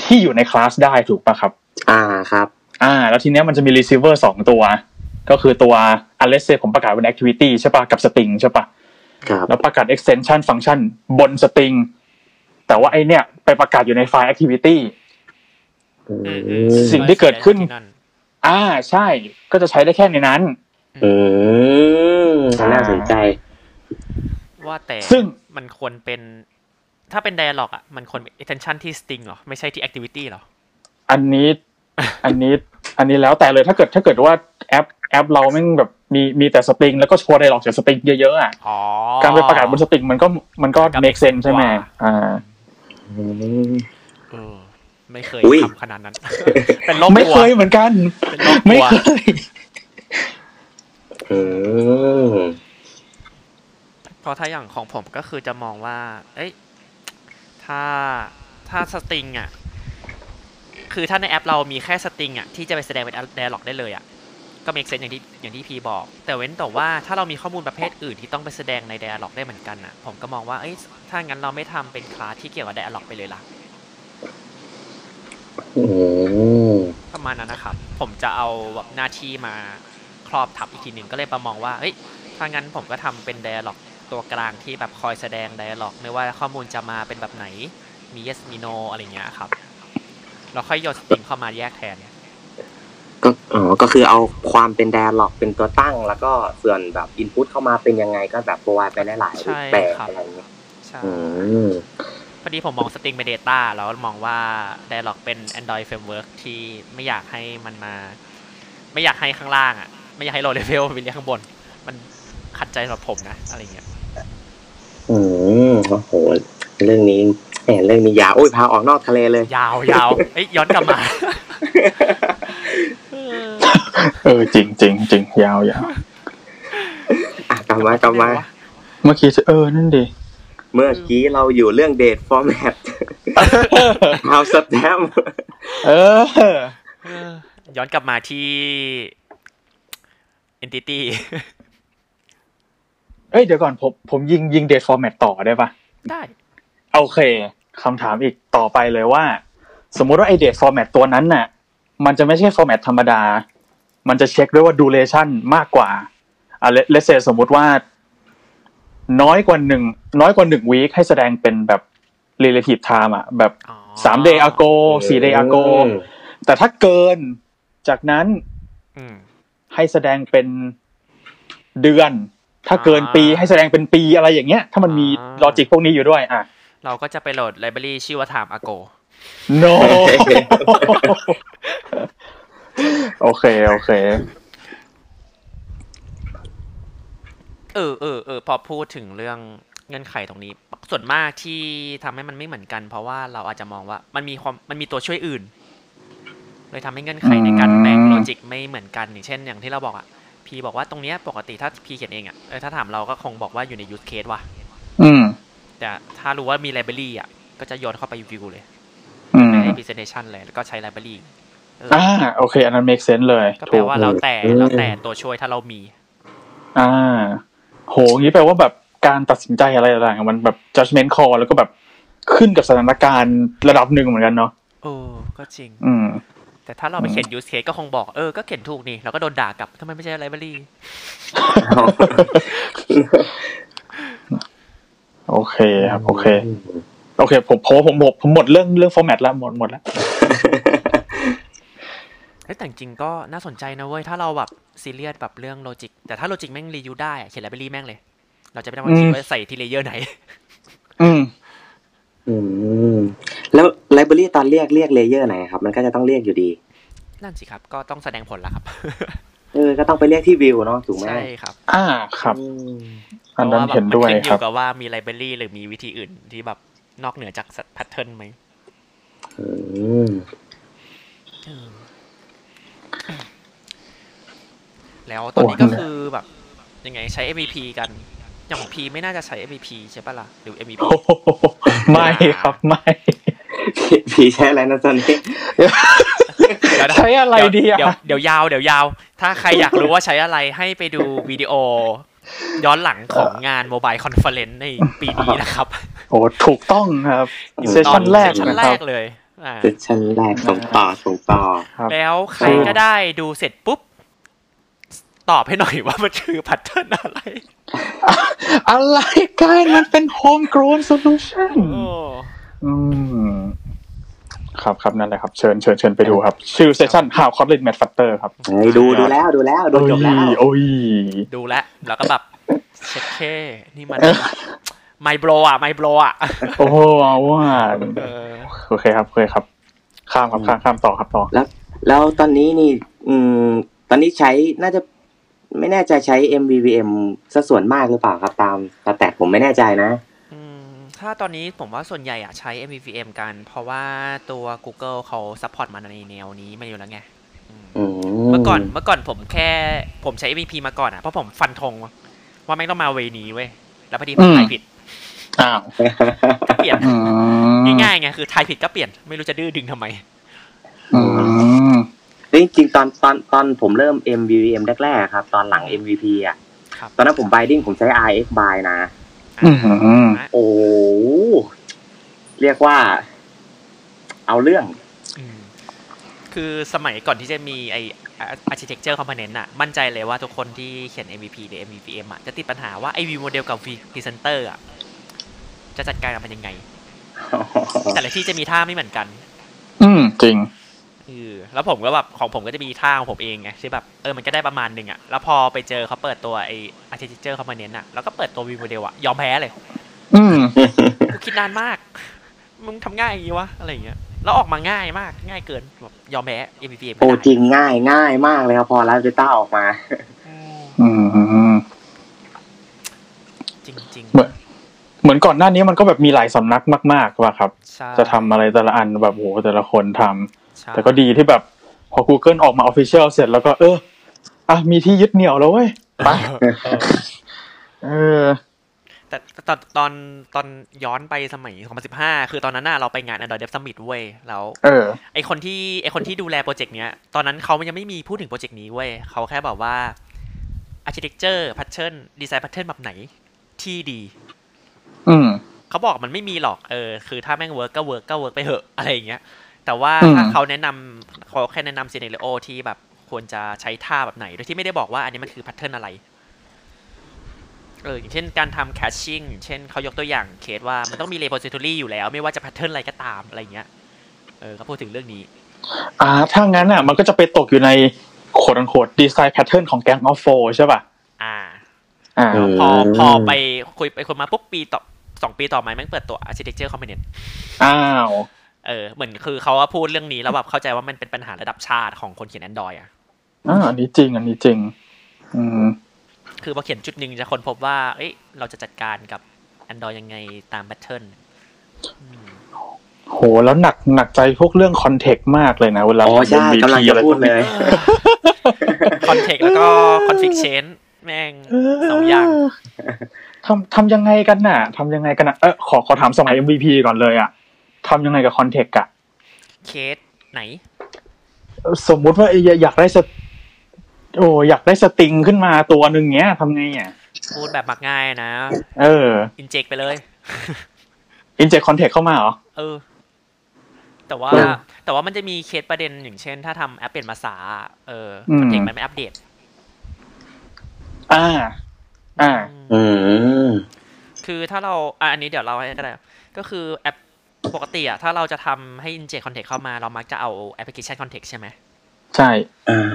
S3: ที่อยู่ในคลาสได้ถูกปะครับ
S2: อ่าครับ
S3: อ่า แล้วทีเนี้ยมันจะมี receiver สองตัว ก็คือตัว unless say ผมประกาศเป็น activity ใช่ปะกับ string ใช่ปะ
S2: ครับ
S3: แล้วประกาศ extension function บนสตริง แต่ว่าไอเนี่ย ไปประกาศอยู่ในไฟล์ activity
S2: อื
S3: สิ่
S2: ม
S3: งที่เกิดขึ้น อ่า ใช่ ก็จะใช้ได้แค่ในนั้น
S2: อืมน่าสนใจ
S1: ว่าแต่
S3: ซึ่ง
S1: มันควรเป็น ถ้าเป็น dialog อ่ะ มันควรเป็น attention ที่ sting เหรอ ไม่ใช่ที่ activity เหรอ
S3: อัน นี้ อันนี้ อันนี้แล้วแต่เลย ถ้าเกิด ถ้าเกิดว่าแอป แอปเราแม่งแบบมี มีแต่สตริง แล้วก็โชว์ไดร็อกจากสตริงเยอะๆอ่ะ
S1: อ๋อ
S3: การไปประกาศบนสตริงมันก็ มันก็
S1: ก็
S3: make sense ใช่ไหม
S1: กว่า
S3: อ่า
S1: เออไม่เคย
S2: อุ๊ย
S1: ทำขนาด นั้น เป็นโรค
S3: ไม่
S1: กลัว
S3: เคยเหมือนกัน
S1: เป็นโรคก
S3: ไม่
S1: ลัว
S3: เคย
S2: อืม
S1: เพราะถ้าอย่างของผมก็คือจะมองว่า เอ้ย ถ้า ถ้าสตริงอ่ะ คือถ้าในแอปเรามีแค่สตริงอ่ะ ที่จะไปแสดงเป็น dialog ได้เลยอ่ะ ก็ make sense อย่างที่ อย่างที่พีบอก แต่เว้นแต่ว่าถ้าเรามีข้อมูลประเภทอื่นที่ต้องไปแสดงใน dialog ได้เหมือนกันอ่ะ ผมก็มองว่า เอ้ย ถ้างั้นเราไม่ทำเป็นคลาสที่เกี่ยวกับ dialog ไปเลยล่ะ
S2: อืม
S1: ประมาณนั้นนะครับ ผมจะเอาแบบหน้าที่มาครอบทับอีกทีหนึ่งก็เลยประมองว่า เฮ้ย ถ้างั้นผมก็ทำเป็น dialog ตัวกลางที่แบบคอยแสดง dialog ไม่ว่าข้อมูลจะมาเป็นแบบไหน มี yes มี no อะไรเงี้ยครับ เราค่อยโยนสตริงเข้ามาแยกแทนเนี่ย
S2: ก็อ๋อก็คือเอาความเป็นแดนหลอกเป็นตัวตั้ง แล้วก็ส่วนแบบอินพุตเข้ามาเป็นยังไงก็แบบโปรไวไปได้หลายรูปแบบอะไรอย่างเงี้ย
S1: ใช่
S2: อืม
S1: พอดีผมมองสตริงเป็น data แล้วมองว่า dialog เป็น android framework ที่ไม่อยากให้มันมา ไม่อยากให้ข้างล่างอ่ะ ไม่อยากให้ low level ไปเรียกข้างบน มัน ขัดใจสำหรับผมนะอะไรเงี้ย
S2: อืมโอ้โห เรื่องนี้แหมเรื่องนี้ยาวโอ้ยพาออกนอกทะเลเลย
S1: ยาว ยาวเอ้ยย้อนกลับมาเออ
S3: เออจริงจริงจริงยาวยาว
S2: อ่ะกลับมากลับมา
S3: เมื่อกี้จะเออนั่นดิ
S2: เมื่อกี้เราอยู่เรื่องเดทฟอร์แมตเอาสแตมป์
S3: เออ
S1: เออย้อนกลับมาที่ entity
S3: เอ้ยเดี๋ยวก่อนผมผมยิงยิงเดทฟอร์แมตต่อได้ปะ
S1: ได้
S3: โอเคคำถามอีกต่อไปเลยว่า สมมุติว่าไอเดทฟอร์แมตตัวนั้นน่ะ มันจะไม่ใช่ฟอร์แมตธรรมดา มันจะเช็คด้วยว่าดูเรชันมากกว่าอ่ะเลเซสมมุติว่า น้อยกว่าหนึ่งน้อยกว่าหนึ่งวีคให้แสดงเป็นแบบ relative time อ่ะ แบบ
S1: อ๋อ
S3: สามเดย์อโกสี่เดย์อโกแต่ถ้าเกินจากนั้น
S1: อืม
S3: ให้แสดงเป็นเดือน ถ้าเกินปี
S1: อ่า
S3: ให้แสดงเป็นปีอะไรอย่างเงี้ย ถ้ามันมี
S1: อ่า
S3: ลอจิกพวกนี้อยู่ด้วย อ่ะ
S1: เราก็จะไปโหลดไลบรารีชื่อว่า Time Ago
S3: no โอเค โอเค
S1: เออเออเออพอพูดถึงเรื่องเงื่อนไขตรงนี้ ส่วนมากที่ทำให้มันไม่เหมือนกัน เพราะว่าเราอาจจะมองว่ามันมีความมันมีตัวช่วยอื่น เลยทำให้เงื่อนไขในการแบ่ง
S3: อืม
S1: โลจิกไม่เหมือนกันอย่างเช่น อย่างที่เราบอกอ่ะพีบอกว่าตรงเนี้ยปกติถ้าพีเขียนเองอ่ะเออถ้าถามเราก็คงบอกว่าอยู่ในยูสเคสว่ะ
S3: อืม
S1: แต่ถ้ารู้ว่ามีไลบรารีอ่ะ ก็จะโยนเข้าไปวิวเลย
S3: อืม
S1: ใน presentation เลย แล้วก็ใช้ไลบรารีเอออ
S3: อ่า โอเค อันนั้น make sense เลย
S1: ก็แปล
S3: ถูก
S1: ว่าแล้วแต่แล้วแต่ตัวช่วยถ้าเรามี
S3: อ่า โหงี้แปลว่าแบบการตัดสินใจอะไรต่างๆมันแบบ judgment call แล้วก็แบบขึ้นกับสถานการณ์ระดับหนึ่งเหมือนกันเนาะ
S1: โอ้ก็จริง
S3: อืม
S1: แต่ถ้าเราไปเขียน use case ก็คงบอกเออ ก็เขียนถูกนี่ เราก็โดนด่ากลับทำไมไม่ใช่ library
S3: โอเคครับ โอเค โอเค ผมผมผมผมผมหมดเรื่องเรื่อง format แล้วหมดหมดแล้ว
S1: เฮ้ยแต่จริงๆก็น่าสนใจนะเว้ย ถ้าเราแบบซีเรียสแบบเรื่องโลจิก แต่ถ้าโลจิกแม่งรีวิวได้อะเขียน library แม่งเลย เราจะไม่ต้องมาคิด
S3: อืม
S1: ว่าใส่ที่เลเยอร์ไหน
S3: อืม
S2: อืมแล้วไลบรารีตอนเรียกเรียกเลเยอร์ไหนครับ มันก็จะต้องเรียกอยู่ดี
S1: นั่นสิครับ ก็ต้องแสดงผลละครับ
S2: เออ ก็ต้องไปเรียกที่วิวเนาะถูกไหม
S1: ใช่ครับ
S3: อ่า ครับ
S2: อืม
S3: อันนั้น
S1: พราะาแบบ
S3: เห็นด้วย
S1: มัขึ้อ
S3: ครับ
S1: กับว่ามี library หรือมีวิธีอื่นที่แบบนอกเหนือจาก pattern ไหม
S2: อื ม
S1: เออ แล้วตอนนี้ก็คือแบบยังไงใช้ MVP กัน อย่างของพีไม่น่าจะใช้ MVP ใช่ปะล่ะหรือ MVP
S3: โอ้โหไม่ครับไม่
S2: ผีใช้อะไรนะตอนนี้
S1: เดี๋ยวนะ
S3: ใช้อะไรดีอะ
S1: เยวเดี๋ยวยาวเดี๋ยวยาว ถ้าใครอยากรู้ว่าใช้อะไรให้ไปดูวิดีโอ ย้อนหลังของงานโมบายคอนเฟอเรนซ์ในปีนี้นะครับ
S3: โอ้ถูกต้องครับ
S2: อืม
S3: เซส
S1: ตอ
S3: ชั่นแรก
S1: เซสชั่น
S3: นะ
S1: แร
S3: ครับ
S1: กเลยอ่า
S2: เซสชั่นแรกส่งต่อส่งต่อ
S3: ครับ
S1: แล้วใครก็ได้ดูเสร็จปุ๊บ ตอบให้หน่อยว่ามันคือแพทเทิร์นอะไร
S3: อะไรกันมันเป็นโฮมกรนโซลูชัน
S1: โอ้
S3: อืมครับครับนั่นแหละครับ เชิญเชิญเชิญไปดูครับ ชื่อเซสชั่น How Kotlin Math Factor ครับ
S2: เฮ้ยดูดูแล้วดูแล้วดูจบ
S3: โอ้ย
S2: แล้ว
S3: โอ้ย
S1: ดูแล้วแล้วก็แบบเช็คเคนี่มัน
S3: เออ
S1: ไมโบรอ่ะไมโบรอ่ะ
S3: โอ้โหเอาว่า
S1: เออ
S3: โอเคครับโอเคครับ ข้ามครับข้ามข้ามต่อครับต่อ
S2: แล้ว แล้วตอนนี้นี่ อืม ตอนนี้ใช้น่าจะไม่แน่ใจใช้ MVVM สัดส่วนมากหรือเปล่าครับตามตาแตกผมไม่แน่ใจนะ
S1: อืมถ้าตอนนี้ผมว่าส่วนใหญ่อ่ะใช้ MVVM กัน เพราะว่าตัว Google เขาซัพพอร์ตมาในแนวนี้มาอยู่แล้วไงอืม
S2: อื
S1: เมื่อก่อนเมื่อก่อนผมแค่ผมใช้ MVP มาก่อนอ่ะเพราะผมฟันธงว่าแม่งต้องมาเวนี้เว้ยแล้วพอดีผ
S3: อื
S1: ม
S3: ม
S1: ทายผิด
S3: อ้าว
S1: ก็เปลี่ยน
S3: อืม
S1: ง่ายๆไงคือทายผิดก็เปลี่ยนไม่รู้จะดื้อดึงทำไม
S3: อืม
S2: เฮ้ยจริงๆตอนตอนตอนผมเริ่ม MVVM แรกๆอะครับ ตอนหลัง MVP อ่ะ
S1: ครับ
S2: ตอนนั้นผมบ i ดิ้งผมใช้ RX by นะ
S3: อืม
S2: โอ้โหเรียกว่า เอาเรื่อง
S1: อืมคือสมัยก่อนที่จะมีไอ architecture component อ่ะ มั่นใจเลยว่าทุกคนที่เขียน MVP หรือ MVPM อ่ะจะติดปัญหาว่าไอ view model กับ view presenter อ่ะ จะจัดการกับมันยังไง แต่ละที่จะมีท่าไม่เหมือนกัน
S3: อืมจริง
S1: เออแล้วผมก็แบบของผมก็จะมีท่าของผมเองไงที่แบบเออมันก็ได้ประมาณหนึ่งอะแล้วพอไปเจอเขาเปิดตัวไออาร์ติเจอร์เขามาเน้นอะแล้วก็เปิดตัววีโมเดลอะยอมแพ้เลย
S3: อืม
S1: กูคิดนานมาก มึงทำง่ายอย่างงี้วะอะไรอย่างเงี้ยแล้วออกมาง่ายมากง่ายเกินแบบยอมแพ้ MVP ไม่
S2: โอ้
S1: ได้
S2: จริงง่ายง่ายมากเลยครับ พอไลฟ์เดต้าออกมา
S1: อืม
S3: อืม
S1: ริง
S3: เหมือนเหมือนก่อนหน้านี้มันก็แบบมีหลายสำนักมากๆว่ะครับ
S1: ใช่
S3: จะทำอะไรแต่ละอันแบบโหแต่ละคนทำ
S1: ใช่
S3: แต่ก็ดีที่แบบพอ Google ออกมา Official เสร็จแล้วก็เอออ่ะมีที่ยึดเหนี่ยวแล้วเว้ยไปเออ
S1: แต่แต่ตอนตอนตอนย้อนไปสมัย 2015 คือตอนนั้นน่ะเราไปงาน Android Dev Summit เว้ยแล้ว
S3: เออ
S1: ไอคนที่ไอคนที่ดูแลโปรเจกต์เนี้ย ตอนนั้นเขายังไม่มีพูดถึงโปรเจกต์นี้เว้ยเขาแค่บอกว่า architecture pattern design pattern แบบไหนที่ดี
S3: อืม
S1: เขาบอกมันไม่มีหรอก เออ คือถ้าแม่งเวิร์กก็เวิร์กก็เวิร์กไปเหอะ อะไรอย่างเงี้ย แต่ว่า
S3: อืม
S1: ถ้าเขาแนะนำเขาแค่แนะนำซีเนเรโอที่แบบควรจะใช้ท่าแบบไหน โดยที่ไม่ได้บอกว่าอันนี้มันคือแพทเทิร์นอะไร เออ อย่างเช่นการทำแคชชิ่งอย่างเช่นเขายกตัวอย่างเคสว่ามันต้องมี repository อยู่แล้ว ไม่ว่าจะแพทเทิร์นอะไรก็ตาม อะไรอย่างเงี้ย เออเขาพูดถึงเรื่องนี้
S3: อ่า ถ้างั้นอ่ะ มันก็จะไปตกอยู่ในโคดโคดดีไซน์แพทเทิร์นของแกงออฟโฟใช่ป่ะ
S1: อ่า
S3: อ่า
S2: เออ
S1: พอ
S2: ม
S1: พอไปคุยไปคุยมาปุ๊บปีต่อสองปีต่อมาแม่งเปิดตัว architecture component
S3: อ้าว
S1: เออ เหมือนคือเขาว่าพูดเรื่องนี้แล้วแบบเข้าใจว่ามันเป็นปัญหาระดับชาติของคนเขียน Android อ่ะ
S3: อ่าอันนี้จริง อันนี้จริง อืม
S1: คือพอเขียนจุดหนึ่งจะคนพบว่า เอ้ย เราจะจัดการกับ Android ยังไงตามแพทเทิร์นอื ม
S3: โห แล้วหนักหนักใจพวกเรื่องคอนเทกต์มากเลยนะ เวลา
S2: อ๋อใช่กำลังจะพูดเลย
S1: คอนเทกต์แล้วก็คอนฟิกเชนแม่งสองอย่าง
S3: ทำทำยังไงกันน่ะทำยังไงกันน่ะ เออขอขอถามสมัย MVP ก่อนเลยอ่ะทำยังไงกับคอนเทกต์อ่ะ
S1: เคสไหน
S3: สมมุติว่าอยากได้สตโอ้อยากได้สติงขึ้นมาตัวหนึ่งเงี้ยทำไงอ่ะ
S1: พูดแบบมักง่ายนะ
S3: เออ
S1: อินเจกไปเลย
S3: อินเจคคอนเทกต์เข้ามาเหรอ
S1: เออ แต่ว่า
S3: เออ
S1: แต่ว่ามันจะมีเคสประเด็นอย่างเช่น ถ้าทำแอปเปลี่ยนภาษา เออ
S3: อืม
S1: คอนเทกต์มันไม่อัปเดต
S3: อ่า อ่า
S1: อืม
S2: อืม
S1: คือถ้าเราอ่ะอันนี้เดี๋ยวเราให้ก็ได้ ก็คือแอปปกติอะถ้าเราจะทำให้ inject context เข้ามาเรามักจะเอา application context ใช่ไหม
S3: ใช่
S2: อ่า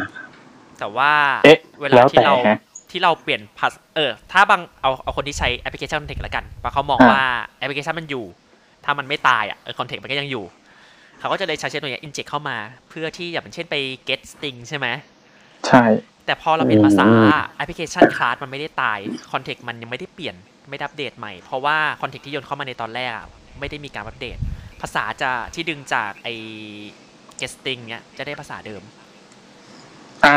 S1: แต่ว่า
S3: เอ๊ะ
S1: เวลา
S3: แล้วแต่
S1: ที่เรา
S3: ฮะ
S1: ที่เราเปลี่ยนพัสเออ ถ้าบางเอาเอาคนที่ใช้ application context ละกันเพราะเขามอง
S3: อ่า
S1: ว่า application มันอยู่ ถ้ามันไม่ตายอะเออ context มันก็ยังอยู่ เขาก็จะเลยใช้เช่นตัวเนี้ย inject เข้ามาเพื่อที่อย่างเช่นไป get string ใช่ไหม
S3: ใช่
S1: แต่พอเราเปลี่ยนภาษา
S2: อืม
S1: แอปพลิเคชันคลาสมันไม่ได้ตายคอนเทกต์มันยังไม่ได้เปลี่ยนไม่ได้อัปเดตใหม่ เพราะว่าคอนเทกต์ที่โยนเข้ามาในตอนแรกอะไม่ได้มีการอัปเดต ภาษาจะที่ดึงจากไอ้ guesting เนี้ยจะได้ภาษาเดิม
S3: อ่า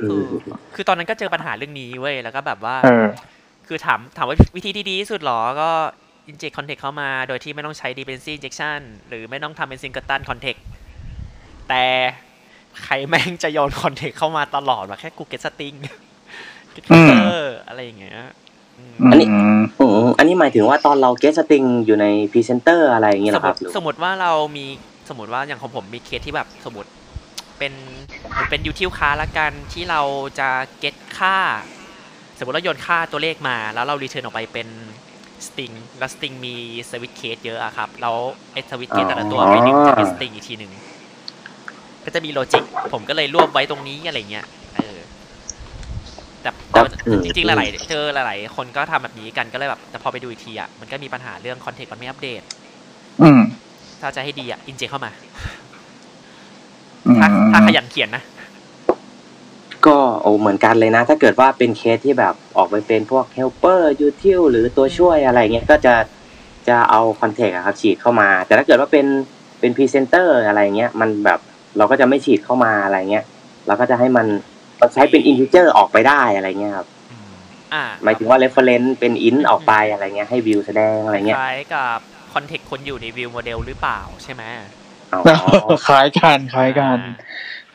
S2: อืม
S1: คือตอนนั้นก็เจอปัญหาเรื่องนี้เว้ย แล้วก็แบบว่า
S3: เออ
S1: คือถามถามว่าวิธีที่ดีที่สุดหรอ ก็ inject context เข้ามาโดยที่ไม่ต้องใช้ dependency injection หรือไม่ต้องทำเป็น singleton context แต่ใครแม่งจะโยน context เข้ามาตลอดวะแค่กู get string get
S3: อืม
S1: filter อะไรอย่างเงี้ยอืม
S3: อั
S2: น
S3: น
S2: นี้
S3: นี้
S2: อืมอันนี้หมายถึงว่าตอนเราเกสติงอยู่ในพรีเซนเตอร์อะไรอย่างเงี้ย
S1: ส
S2: เหร
S1: มม
S2: อครับ
S1: ติสมมติว่าเรามีสมมติว่าอย่างของผมมีเคสที่แบบสมมติเป็นเป็นยูทิลค้าละกันที่เราจะ get ค่า สมมติเราโยนค่าตัวเลขมา แล้วเรารีเทิร์นออกไปเป็นสติงแล้วสติงมีสวิตเคสเยอะอะครับ แล้วไอ้สวิตเคสแต่ละตัวไปดึงจากเป็นสติงอีกทีหนึ่งก็จะมีโลจิกผมก็เลยรวบไว้ตรงนี้อะไรเงี้ยเออแต่แต่จริงๆหลายๆเจอหลายๆคนก็ทำแบบนี้กันก็เลยแบบแต่พอไปดูอีกทีอะมันก็มีปัญหาเรื่องคอนเทกต์มันไม่อัปเดต
S3: อืม
S1: ถ้าจะให้ดีอ่ะ อินเจเข้ามา
S3: อืม
S1: ถ้าถ้าขยันเขียนนะ
S2: ก็โอ้เหมือนกันเลยนะ ถ้าเกิดว่าเป็นเคสที่แบบออกไปเป็นพวกเฮลเปอร์ยูทิลหรือตัวช่วยอะไรเงี้ยก็จะจะเอาคอนเทกต์ครับฉีดเข้ามา แต่ถ้าเกิดว่าเป็นเป็นพรีเซนเตอร์อะไรเงี้ยมันแบบเราก็จะไม่ฉีดเข้ามาอะไรเงี้ยเราก็จะให้มันเราใช้เป็นอินทิเจอร์ออกไปได้อะไรเงี้ยครับ
S1: อ่า
S2: หมายถึงว่าเรฟเฟรนซ์เป็นอินออกไปอะไรเงี้ยให้วิวแสดงอะไรเงี้ย
S1: คล้ายกับคอนเทกต์คนอยู่ในวิวโมเดลหรือเปล่าใช่ไหม
S2: อ๋อ
S3: คล้ายกันคล้ายกัน
S1: อ่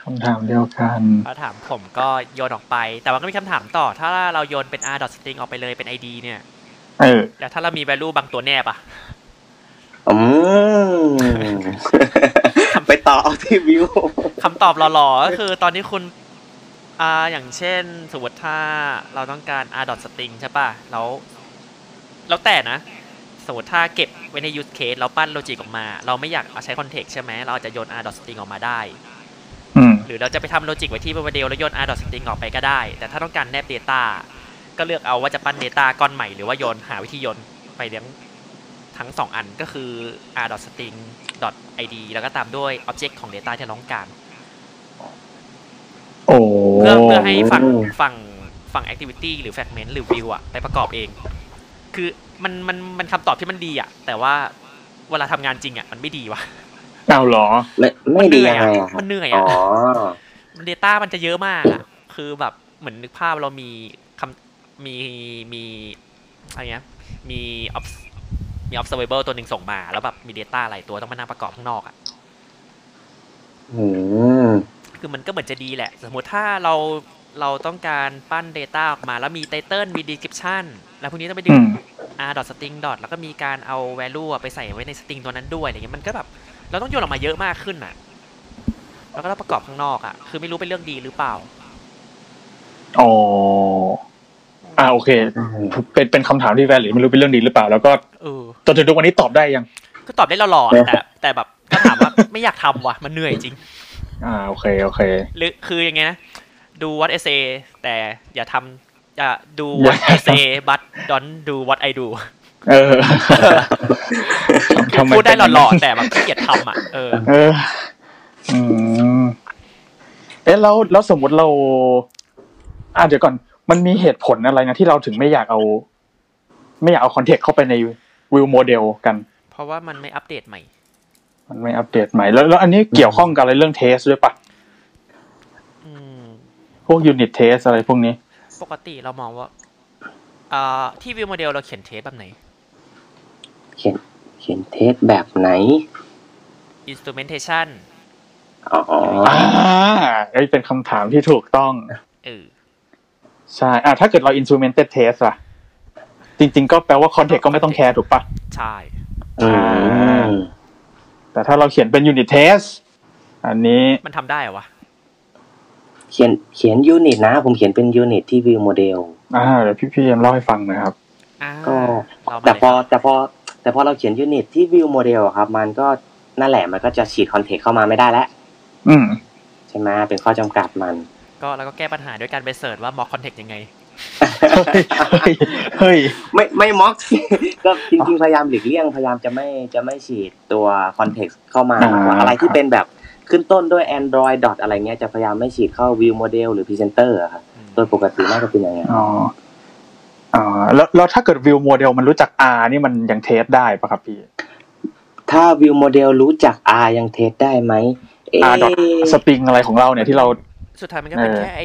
S3: คำถามเดียวกัน
S1: ถ้าถามผมก็โยนออกไป แต่ว่าก็มีคำถามต่อ ถ้าเราโยนเป็น r string ออกไปเลยเป็น id เนี่ย
S3: เออ
S1: แล้วถ้าเรามี value บางตัวแนบอ่ะ
S2: อืม ไปต่อเอาที่วิว
S1: คำตอบหล่อๆ ก็คือตอนที่คุณอ่าอย่างเช่น สมมติถ้าเราต้องการ r dot string ใช่ป่ะ แล้ว แล้วแต่นะ สมมติถ้าเก็บไว้ใน use case เราปั้นโลจิกออกมา เราไม่อยากเอาใช้ context ใช่ไหม เราอาจจะโยน r dot string ออกมาได้
S3: อืม
S1: หรือเราจะไปทำโลจิกไว้ที่โมเดลแล้วโยน r dot string ออกไปก็ได้ แต่ถ้าต้องการแนบ data ก็เลือกเอาว่าจะปั้น data ก้อนใหม่หรือว่าโยนหาวิธีโยนไปเลี้ยงทั้งสองอันก็คือ r dot string dot id แล้วก็ตามด้วย object ของ data ที่เราต้องการ
S3: โอ้
S1: เพื่อเพื่อให้ฝั่ง
S2: อืม
S1: ฝั่งฝั่งแอคทิวิตี้หรือแฟกเมนต์หรือวิวอะไปประกอบเอง คือมันมันมันคำตอบที่มันดีอ่ะ แต่ว่าเวลาทำงานจริงอ่ะมันไม่ดีว่ะ
S3: เอาเหรอ
S2: ไม่ไม่ดียังไง
S1: เหนื่อยอะ
S2: อะครับ
S1: มันเหนื่อย
S2: อ๋
S1: อะ
S2: อ
S1: มัน Data มันจะเยอะมากอะคือแบบเหมือนนึกภาพเรามีคำมีมีอะไรเงี้ยมี obs- มี observable ตัวหนึ่งส่งมา แล้วแบบมี Data หลายตัวต้องมานั่งประกอบข้างนอกอะ
S2: อืม
S1: คือมันก็เหมือนจะดีแหละ สมมติถ้าเราเราต้องการปั้น Data ออกมาแล้วมี Title มี Description แล้วพวกนี้ต้องไปดึ
S3: อื
S1: ง
S3: ม
S1: r dot string dot แล้วก็มีการเอา value อะไปใส่ไว้ใน string ตัวนั้นด้วยอะไรเงี้ยมันก็แบบเราต้องโยนออกมาเยอะมากขึ้นอะแล้วก็ต้องประกอบข้างนอกอะคือไม่รู้เป็นเรื่องดีหรือเปล่า
S3: อ๋ออ่าโอเค เป็นเป็นคำถามที่แวลิดไม่รู้เป็นเรื่องดีหรือเปล่า แล้วก็
S1: เออ
S3: จนถึงทุกวันนี้ตอบได้ยัง
S1: ก็ตอบได้หล่อๆอะแต่แต่แบบก็ถามว่า ไม่อยากทำว่ะ มันเหนื่อยจริง
S3: อ่าโอเคโอเค
S1: หรือคือยังไงนะ ดู what I say แต่อย่าทำอย่าดู
S3: อย่า
S1: what I say but don't do what I do
S3: เออ
S1: คือพูดได้หล่อๆ แต่แบบขี้เกียจทำอ่ะเออ
S3: เออ อืมเอ๊ะแล้วแล้วสมมติเรา อ่าเดี๋ยวก่อน มันมีเหตุผลอะไรนะที่เราถึงไม่อยากเอา ไม่อยากเอาคอนเทกต์เข้าไปในวิวโมเดลกัน
S1: เพราะว่ามันไม่อัปเดตใหม่
S3: มันไม่อัปเดตใหม่แล้วแล้วอันนี้เกี่ยวข้องกับอะไรเรื่องเทสด้วยปะ
S1: อืม
S3: พวกยูนิตเทสอะไรพวกนี้
S1: ปกติเรามองว่าอ่าที่วิวโมเดลเราเขียนเทสแบบไหน
S2: เขียนเขียนเทสแบบไหน
S1: instrumentation
S2: อ๋อ
S3: อ่าไอยเป็นคำถามที่ถูกต้อง
S1: เออ
S3: ใช่อ่ะถ้าเกิดเรา instrumented test ล่ะ จริง ๆ ก็แปลว่า context ก็ไม่ต้องแคร์ถูกปะ
S1: ใช่
S2: อืม
S3: แต่ถ้าเราเขียนเป็น unit test อันนี้
S1: มันทำได้เหรอวะ
S2: เขียนเขียนยูนิตนะ ผมเขียนเป็นยูนิตที่วิวโมเดล
S3: อ่าเดี๋ยวพี่พี่เอ็มเล่าให้ฟังหนะครับ
S1: อ่า
S2: ก็
S1: เรามา
S2: แต่
S1: เลย
S2: พอแต่พอแต่พอเราเขียนยูนิตที่วิวโมเดลครับ มันก็นั่นแหละมันก็จะฉีดคอนเทกต์เข้ามาไม่ได้แล้ว
S3: อืม
S2: ใช่ไหมเป็นข้อจำกัดมัน
S1: ก็เราก็แก้ปัญหาด้วยการไปเสิร์ชว่า mock context ยังไง
S3: เฮ้ย เฮ้ยเฮ้ย
S2: ไม่ไม่ม็อก ก็จริงๆพยายามหลีกเลี่ยงพยายามจะไม่จะไม่ฉีดตัวคอนเท็กซ์เข้ามามากกว่า
S3: อ่า
S2: อะไรที่เป็นแบบขึ้นต้นด้วย Android ดอทอะไรเงี้ยจะพยายามไม่ฉีดเข้า View Model หรือ Presenter อะครับ
S1: อืม
S2: โดยปกติน่าจะเป็นอย่างเงี้ย
S3: อ๋ออ่าแล้วแล้วถ้าเกิด view model มันรู้จัก R นี่มันยังเทสได้ปะครับพี่
S2: ถ้า View Model รู้จัก R ยังเทสได้ไหมเอ๊ะ
S3: R dot string อะไรของเราเนี่ยที่เรา
S1: สุดท้ายมันก็เป็น
S3: เออ
S1: แค่ไอ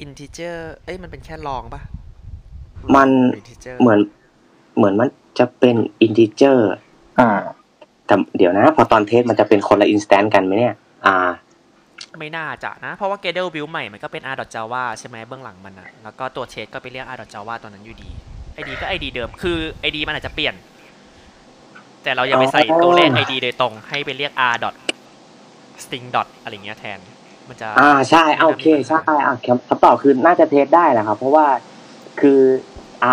S1: อินทิเจอร์เอ้ยมันเป็นแค่ลองปะ
S2: มัน
S1: หรือ integer
S2: เหมือนเหมือนมันจะเป็นอินทิเจอร์
S3: อ่า
S2: แต่เดี๋ยวนะ พอตอนเทสมันจะเป็นคนละอินสแตนต์กันไหมเนี่ย อ่า
S1: ไม่น่าจะนะ เพราะว่า Gradle build ใหม่มันก็เป็น r.java ใช่ไหมเบื้องหลังมันอะแล้วก็ตัวเชสก็ไปเรียก r.java ตัวนั้นอยู่ดี ID ก็ ID เดิมคือ ID มันอาจจะเปลี่ยน แต่เราอย่าไปใส่
S2: อ๋อ
S1: ตัวเลข ID โดยตรงให้ไปเรียก r. dot string dot อะไรเงี้ยแทน มันจะ
S2: อ่าใช่อ่ะโอเคใช่อ่ะคำคำตอบคือน่าจะเทสได้แหละครับ เพราะว่าคือ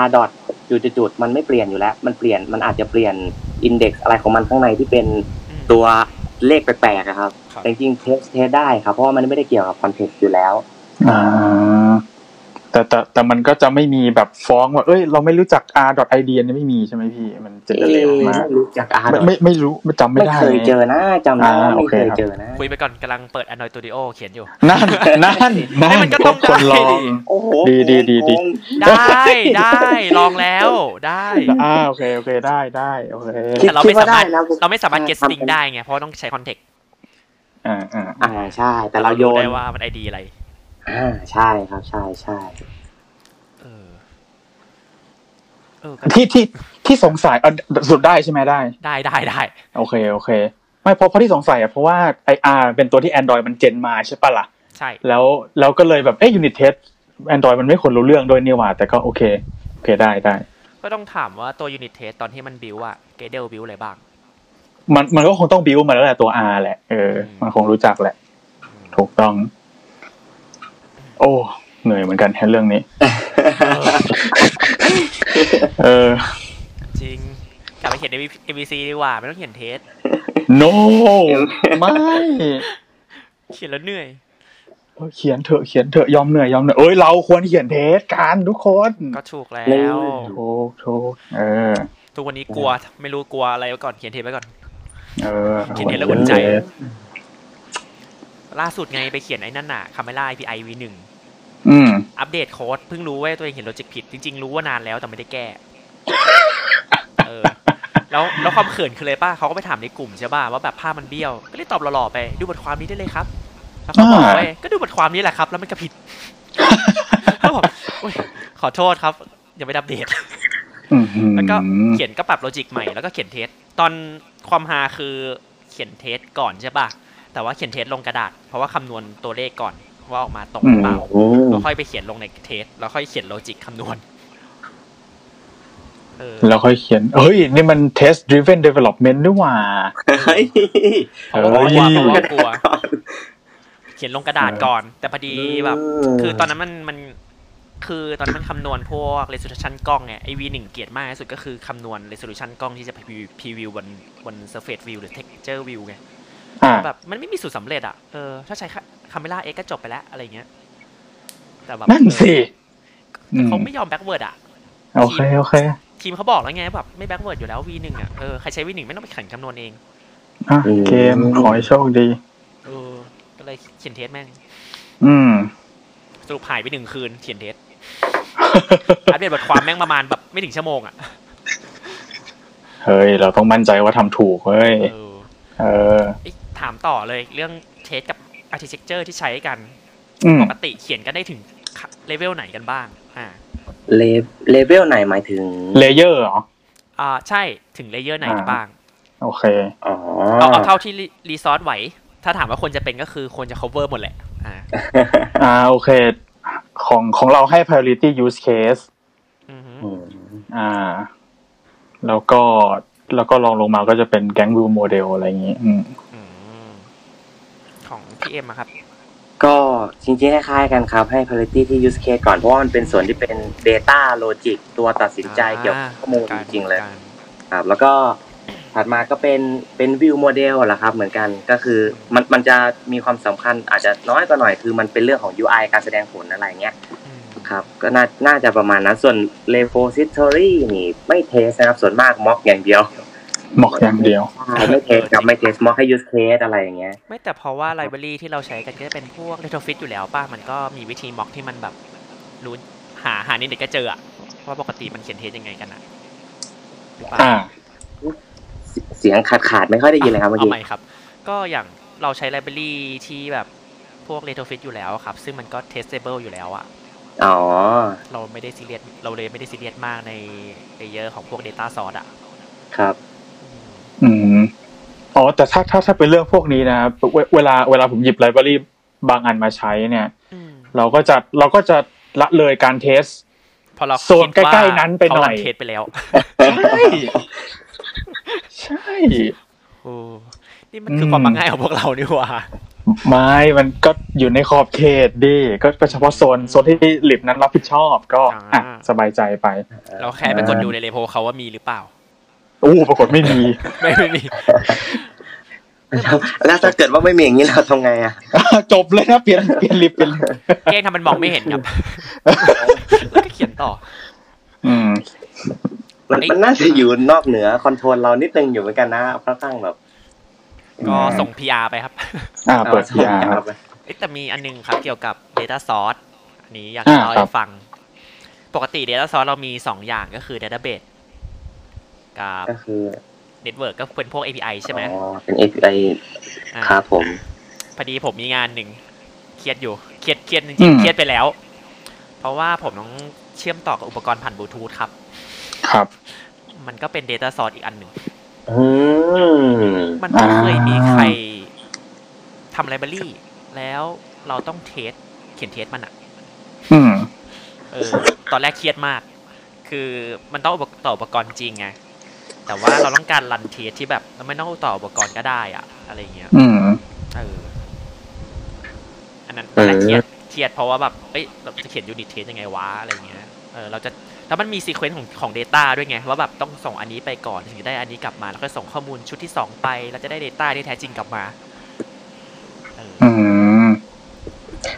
S2: r ดอทจุดๆๆมันไม่เปลี่ยนอยู่แล้ว มันเปลี่ยนมันอาจจะเปลี่ยนอินเด็กซ์อะไรของมันข้างในที่เป็น
S1: อืม
S2: ตัวเลขแปลกๆอะครับ
S1: ครับ
S2: แต่จริงๆเทสเทสได้ครับ เพราะว่ามันไม่ได้เกี่ยวกับคอนเทกต์อยู่แล้ว
S3: อ่า แต่แต่แต่มันก็จะไม่มีแบบฟ้องว่า เอ้ย เราไม่รู้จัก R dot ID อันนี้ไม่มีใช่ไหมพี่ มันจะเดเลออกมา
S2: ไม่รู้จัก r
S3: ไม่ไม่ไม่รู้ไม่จำไม่
S2: ไม่
S3: ได้
S2: เคยเจอนะจำได้
S3: อ่าโอ
S2: ไม่
S3: เค
S2: เคย
S3: ครับ
S2: เจอนะ
S1: คุยไปก่อนกำลังเปิด Android Studio เขียนอยู่
S3: นั่นนั่นนั่
S1: ให้
S3: น
S1: มันก็ต้อง
S3: คนล
S1: ได้
S3: อ
S1: ดิ
S3: ง
S2: โอ้โห
S3: ดีดีดีดี
S1: ได้ได้ลองแล้วได้
S3: อ่าโอเคโอเคได้ได้โอเค
S1: แต่เราไม่สามารถ
S2: คิดว่ด้นะ
S1: เราไม่สามารถ get string ได้ไงเพราะต้องใช้ context
S3: อ่าอ่า
S2: อ่าใช่ แต่เราโย
S1: รู้
S2: น
S1: ได้ว่ามัน ID อะไร
S2: อ่าใช่ครับใช่ใช่
S1: เออ เออก็
S3: ที่ที่ที่สงสัยเอ่อสุดได้ใช่ไหมได้
S1: ได้ได้ได้
S3: โอเคโอเค ไม่เพราะเพราะที่สงสัยอ่ะเพราะว่าไออาร์เป็นตัวที่ Android มันเจนมาใช่ปะล่ะ
S1: ใช่
S3: แล้วแล้วก็เลยแบบเอ้ยยูนิตเทสแอนดรอยมันไม่ควรรู้เรื่องด้วยนี่หว่า แต่ก็โอเค โอเคได้ได้
S1: ก็ต้องถามว่าตัว unit test ตอนที่มัน build อะ Gradle build อะไรบ้าง
S3: มันมันก็คงต้องบิวมาแล้วแหละตัว R แหละเออ มันคงรู้จักแหละ ถูกต้อง โอ้เหนื่อยเหมือนกันแค่เรื่องนี้ เออ
S1: จริง กลับไปเขียน MVC MVC ดีกว่า ไม่ต้องเขียน test
S3: no ไม่
S1: เขียนแล้วเหนื่อย
S3: เออเขียนเถอะเขียนเถอะยอมเหนื่อยยอมเหนื่อยเอ้ยเราควรเขียนเทสกันทุกคน
S1: ก็ถูกแล้
S2: เล่
S1: ว
S2: น
S3: ถูกถูกเออ
S1: ทุกวันนี้กลัว ไม่รู้กลัวอะไรไว้ก่อน เขียน test ไว้ก่อน
S3: เออ
S1: เขียน test แล้วอุ่นใจ
S3: เทส
S1: ล่าสุดไงไปเขียนไอ้นั่นน่ะ Camera API V1
S3: อืม
S1: อัปเดตโค้ด เพิ่งรู้ว่าตัวเองเขียนโลจิกผิด จริง ๆ รู้ว่านานแล้วแต่ไม่ได้แก้ เออ แล้วแล้วความเขินคืออะไรป้าเขาก็ไปถามในกลุ่มใช่ป่ะว่าแบบภาพมันเบี้ยว ก็เลยตอบหล่อๆไป ดูบทความนี้ได้เลยครับ แล้วเขาบอก
S3: อ่า
S1: ไว้ก็ดูบทความนี้แหละครับ แล้วมันก็ผิด แล้วผมอุ๊ยขอโทษครับยังไม่ได้อัปเดต
S3: อืมอืม
S1: แล้วก็เขียนก็ปรับโลจิกใหม่แล้วก็เขียนเทสตอนความฮาคือเขียนเทสก่อนใช่ป่ะแต่ว่าเขียนเทสลงกระดาษ เพราะว่าคำนวณตัวเลขก่อนว่าออกมาตรงหรือเปล่า
S2: โอ้
S1: แล้วค่อยไปเขียนลงในเทสแล้วค่อยเขียนโลจิกคำนวณเออ
S3: แล้วค่อยเขียน เฮ้ย นี่มัน test driven development ด้วยว่า
S2: เฮ้ย
S1: เพราะว่ากลัว
S3: เฮ้ย
S1: เพราะว่ากลัว เขียนลงกระดาษก่อน แต่พอดีแบบ คือตอนนั้นมันมันคือตอนนั้นมันคำนวณพวก resolution กล้องไงไอ V1 เกลียดมากที่สุดก็คือคำนวณ resolution กล้องที่จะไป preview- preview บนบน surface view หรือ texture view ไง
S3: อ่า
S1: แบบมันไม่มีสูตรสำเร็จอ่ะ เออ ถ้าใช้คาเมล่าเอ็กก็จบไปแล้วอะไรเงี้ย แต่แบบ
S3: นั่นสิ
S1: เออเขาไม่ยอมแบ็กเวิร์ดอ่ะ
S3: โอเค โอเค
S1: ทีมเขาบอกแล้วไงแบบไม่แบ็กเวิร์ดอยู่แล้ว V1 อ่ะ เออ ใครใช้ V1 ไม่ต้องไปขันคำนวณเอง
S3: อ่ะเกมขอให้โชคดี
S1: เออ ก็เลยเขียนเทสแม่ง
S3: อืม
S1: สรุปหายไปหนึ่งคืน เขียนเทส อัปเดตบทความแม่งประมาณแบบไม่ถึงชั่วโมงอ่ะ
S3: เฮ้ย เราต้องมั่นใจว่าทำถูกเฮ้ย
S1: เออ
S3: เออ
S1: เอ๊ะถามต่อเลยเรื่องเทสกับ architecture ที่ใช้กัน
S3: อืม
S1: ปกติเขียนกันได้ถึงเลเวลไหนกันบ้าง อ่า
S2: เลเวเลเวลไหนหมายถึง
S3: เลเยอร์เหรอ
S1: อ่า ใช่ ถึงเลเยอร์ไหนกันบ้าง
S3: โอเค
S2: อ๋อ
S1: เอาเอาเท่าที่รีรีซอสไหว ถ้าถามว่าควรจะเป็นก็คือควรจะ cover หมดแหละ อ่า
S3: อ่า โอเค ของของเราให้ priority use case
S1: อือฮึ
S2: อืม
S3: อ่า แล้วก็แล้วก็ลองลงมาก็จะเป็นแก๊งวิวโมเดลอะไรอย่างงี้ อืม
S1: อืมของพี่เอ็มอะครับ
S2: ก็จริงๆคล้ายๆกันครับ ให้ parity ที่ use case ก่อน เพราะว่ามันเป็นส่วนที่เป็น data logic ตัวตัดสินใจเกี่ยวกับข้อมูลจริงๆเลย ครับแล้วก็ถัดมาก็เป็นเป็นวิวโมเดลละครับเหมือนกันก็คือมันมันจะมีความสำคัญอาจจะน้อยกว่าหน่อยคือมันเป็นเรื่องของ UI การแสดงผลอะไรเงี้ย
S1: อืม
S2: ครับก็น่าน่าจะประมาณนั้นส่วน repository นี่ไม่เทสนะครับส่วนมากม็อกอย่างเดียว
S3: หมอกอย่างเดียว
S2: ใช่ไม่เทสครับไม่เทสม็อกให้ use case อะไรอย่างเงี้ย
S1: ไม่แต่เพราะว่า library ที่เราใช้กันก็จะเป็นพวก retrofit อยู่แล้วป่ะ มันก็มีวิธีม็อกที่มันแบบรู้หาหานิดเด็กก็เจออะว่าปกติมันเขียนเทสยังไงกันอะหรือเปล่า
S3: อ่า
S2: เสียงขาดขาดไม่ค่อยได้ยินเลยครับเมื่อกี้
S1: ใหม่ครับ ก็อย่างเราใช้ไลบรารีที่แบบพวก retrofit อยู่แล้วครับ ซึ่งมันก็ testable อยู่แล้วอะ
S2: อ๋อ
S1: เราไม่ได้ซีเรียสเราเลยไม่ได้ซีเรียสมากในเลเยอร์ของพวก Data Source อ่ะ
S2: ครับ
S3: อืม อ๋อ แต่ถ้าถ้าถ้าเป็นเรื่องพวกนี้นะครับเวเวลาเวลาผมหยิบไลบรารีบางอันมาใช้เนี่ย
S1: อืม
S3: เราก็จะเราก็จะละเลยการเทส
S1: พอเรา
S3: โซนใกล้ๆนั้นไปหน่อย
S1: เขารัเทสไปแล้ว
S3: ใช่ ใช่
S1: โอ้นี่มันคือความมักง่ายของพวกเรานี่หว่า
S3: ไม่ มันก็อยู่ในขอบเขตดิก็ก็เฉพาะโซนโซนที่หลิบนั้นรับผิดชอบก็อ่ะสบายใจไป
S1: เราแค่ไปกดดูในเลโพเขาว่ามีหรือเปล่า
S3: อู้ปรากฏไม่มี
S1: ไม่ไม่มี
S2: แล้ว แล้วถ้าเกิดว่าไม่มีอย่างนี้เราทำไงอ่ะ
S3: จบเลยนะเปลี่ยนเปลี่ยนลิฟต์เป็นลิฟต์
S1: แกล้งทำมันมองไม่เห็นครับแล้วก็เขียนต่อ
S3: อืม
S2: มันมันน่าจะอยู่นอกเหนือคอนโทรลเรานิดนึงอยู่เหมือนกันนะค่อนข้างแบบ
S1: ก็ส่ง PR ไปครับ
S3: อ่าเปิด PR ครับ
S1: เอ๊ะแต่มีอันนึงครับเกี่ยวกับ Data Source อันนี้อยาก
S3: อ่า
S1: เล่า
S3: ครั
S1: ให้
S3: บ
S1: ฟัง ปกติ Data Source เรามี 2 อย่างก็คือ Database กับ
S2: ก็คือ
S1: Network ก็เป็นพวก API ใช่ไหม
S2: อ๋อ เป็น API
S1: อ่า
S2: ครับผม
S1: พอดีผมมีงานหนึ่งเครียดอยู่เครียดเครียดจริง
S3: อืม
S1: ๆเครียดไปแล้ว เพราะว่าผมต้องเชื่อมต่อกับอุปกรณ์ผ่านบลูทูธครับ
S3: ครับ
S1: มันก็เป็น Data Source อีกอันหนึ่ง
S2: อืม
S1: มันไม่เคยมี
S3: อ่า
S1: ใครทำไลบรารีแล้วเราต้องเทสเขียนเทสมันอะ
S3: อืม
S1: เออ ตอนแรกเครียดมาก คือมันต้องอุปต่ออุปกรณ์จริงไง แต่ว่าเราต้องการรันเทสที่แบบเราไม่ต้องต่ออุปกรณ์ก็ได้อะอะไรเงี้ย
S3: อืม
S1: เออ อันนั้น
S2: เออ
S1: น่าเครียดเครียดเพราะว่าแบบ เอ้ยแบบจะเขียนยูนิตเทสยังไงวะอะไรเงี้ย เออ เราจะ แล้วมันมีซีเควนซ์ของของ Data ด้วยไง ว่าแบบต้องส่งอันนี้ไปก่อนถึงจะได้อันนี้กลับมา แล้วก็ส่งข้อมูลชุดที่ 2 ไป แล้วจะได้ Data ที่แท้จริงกลับมา เออ
S3: อืม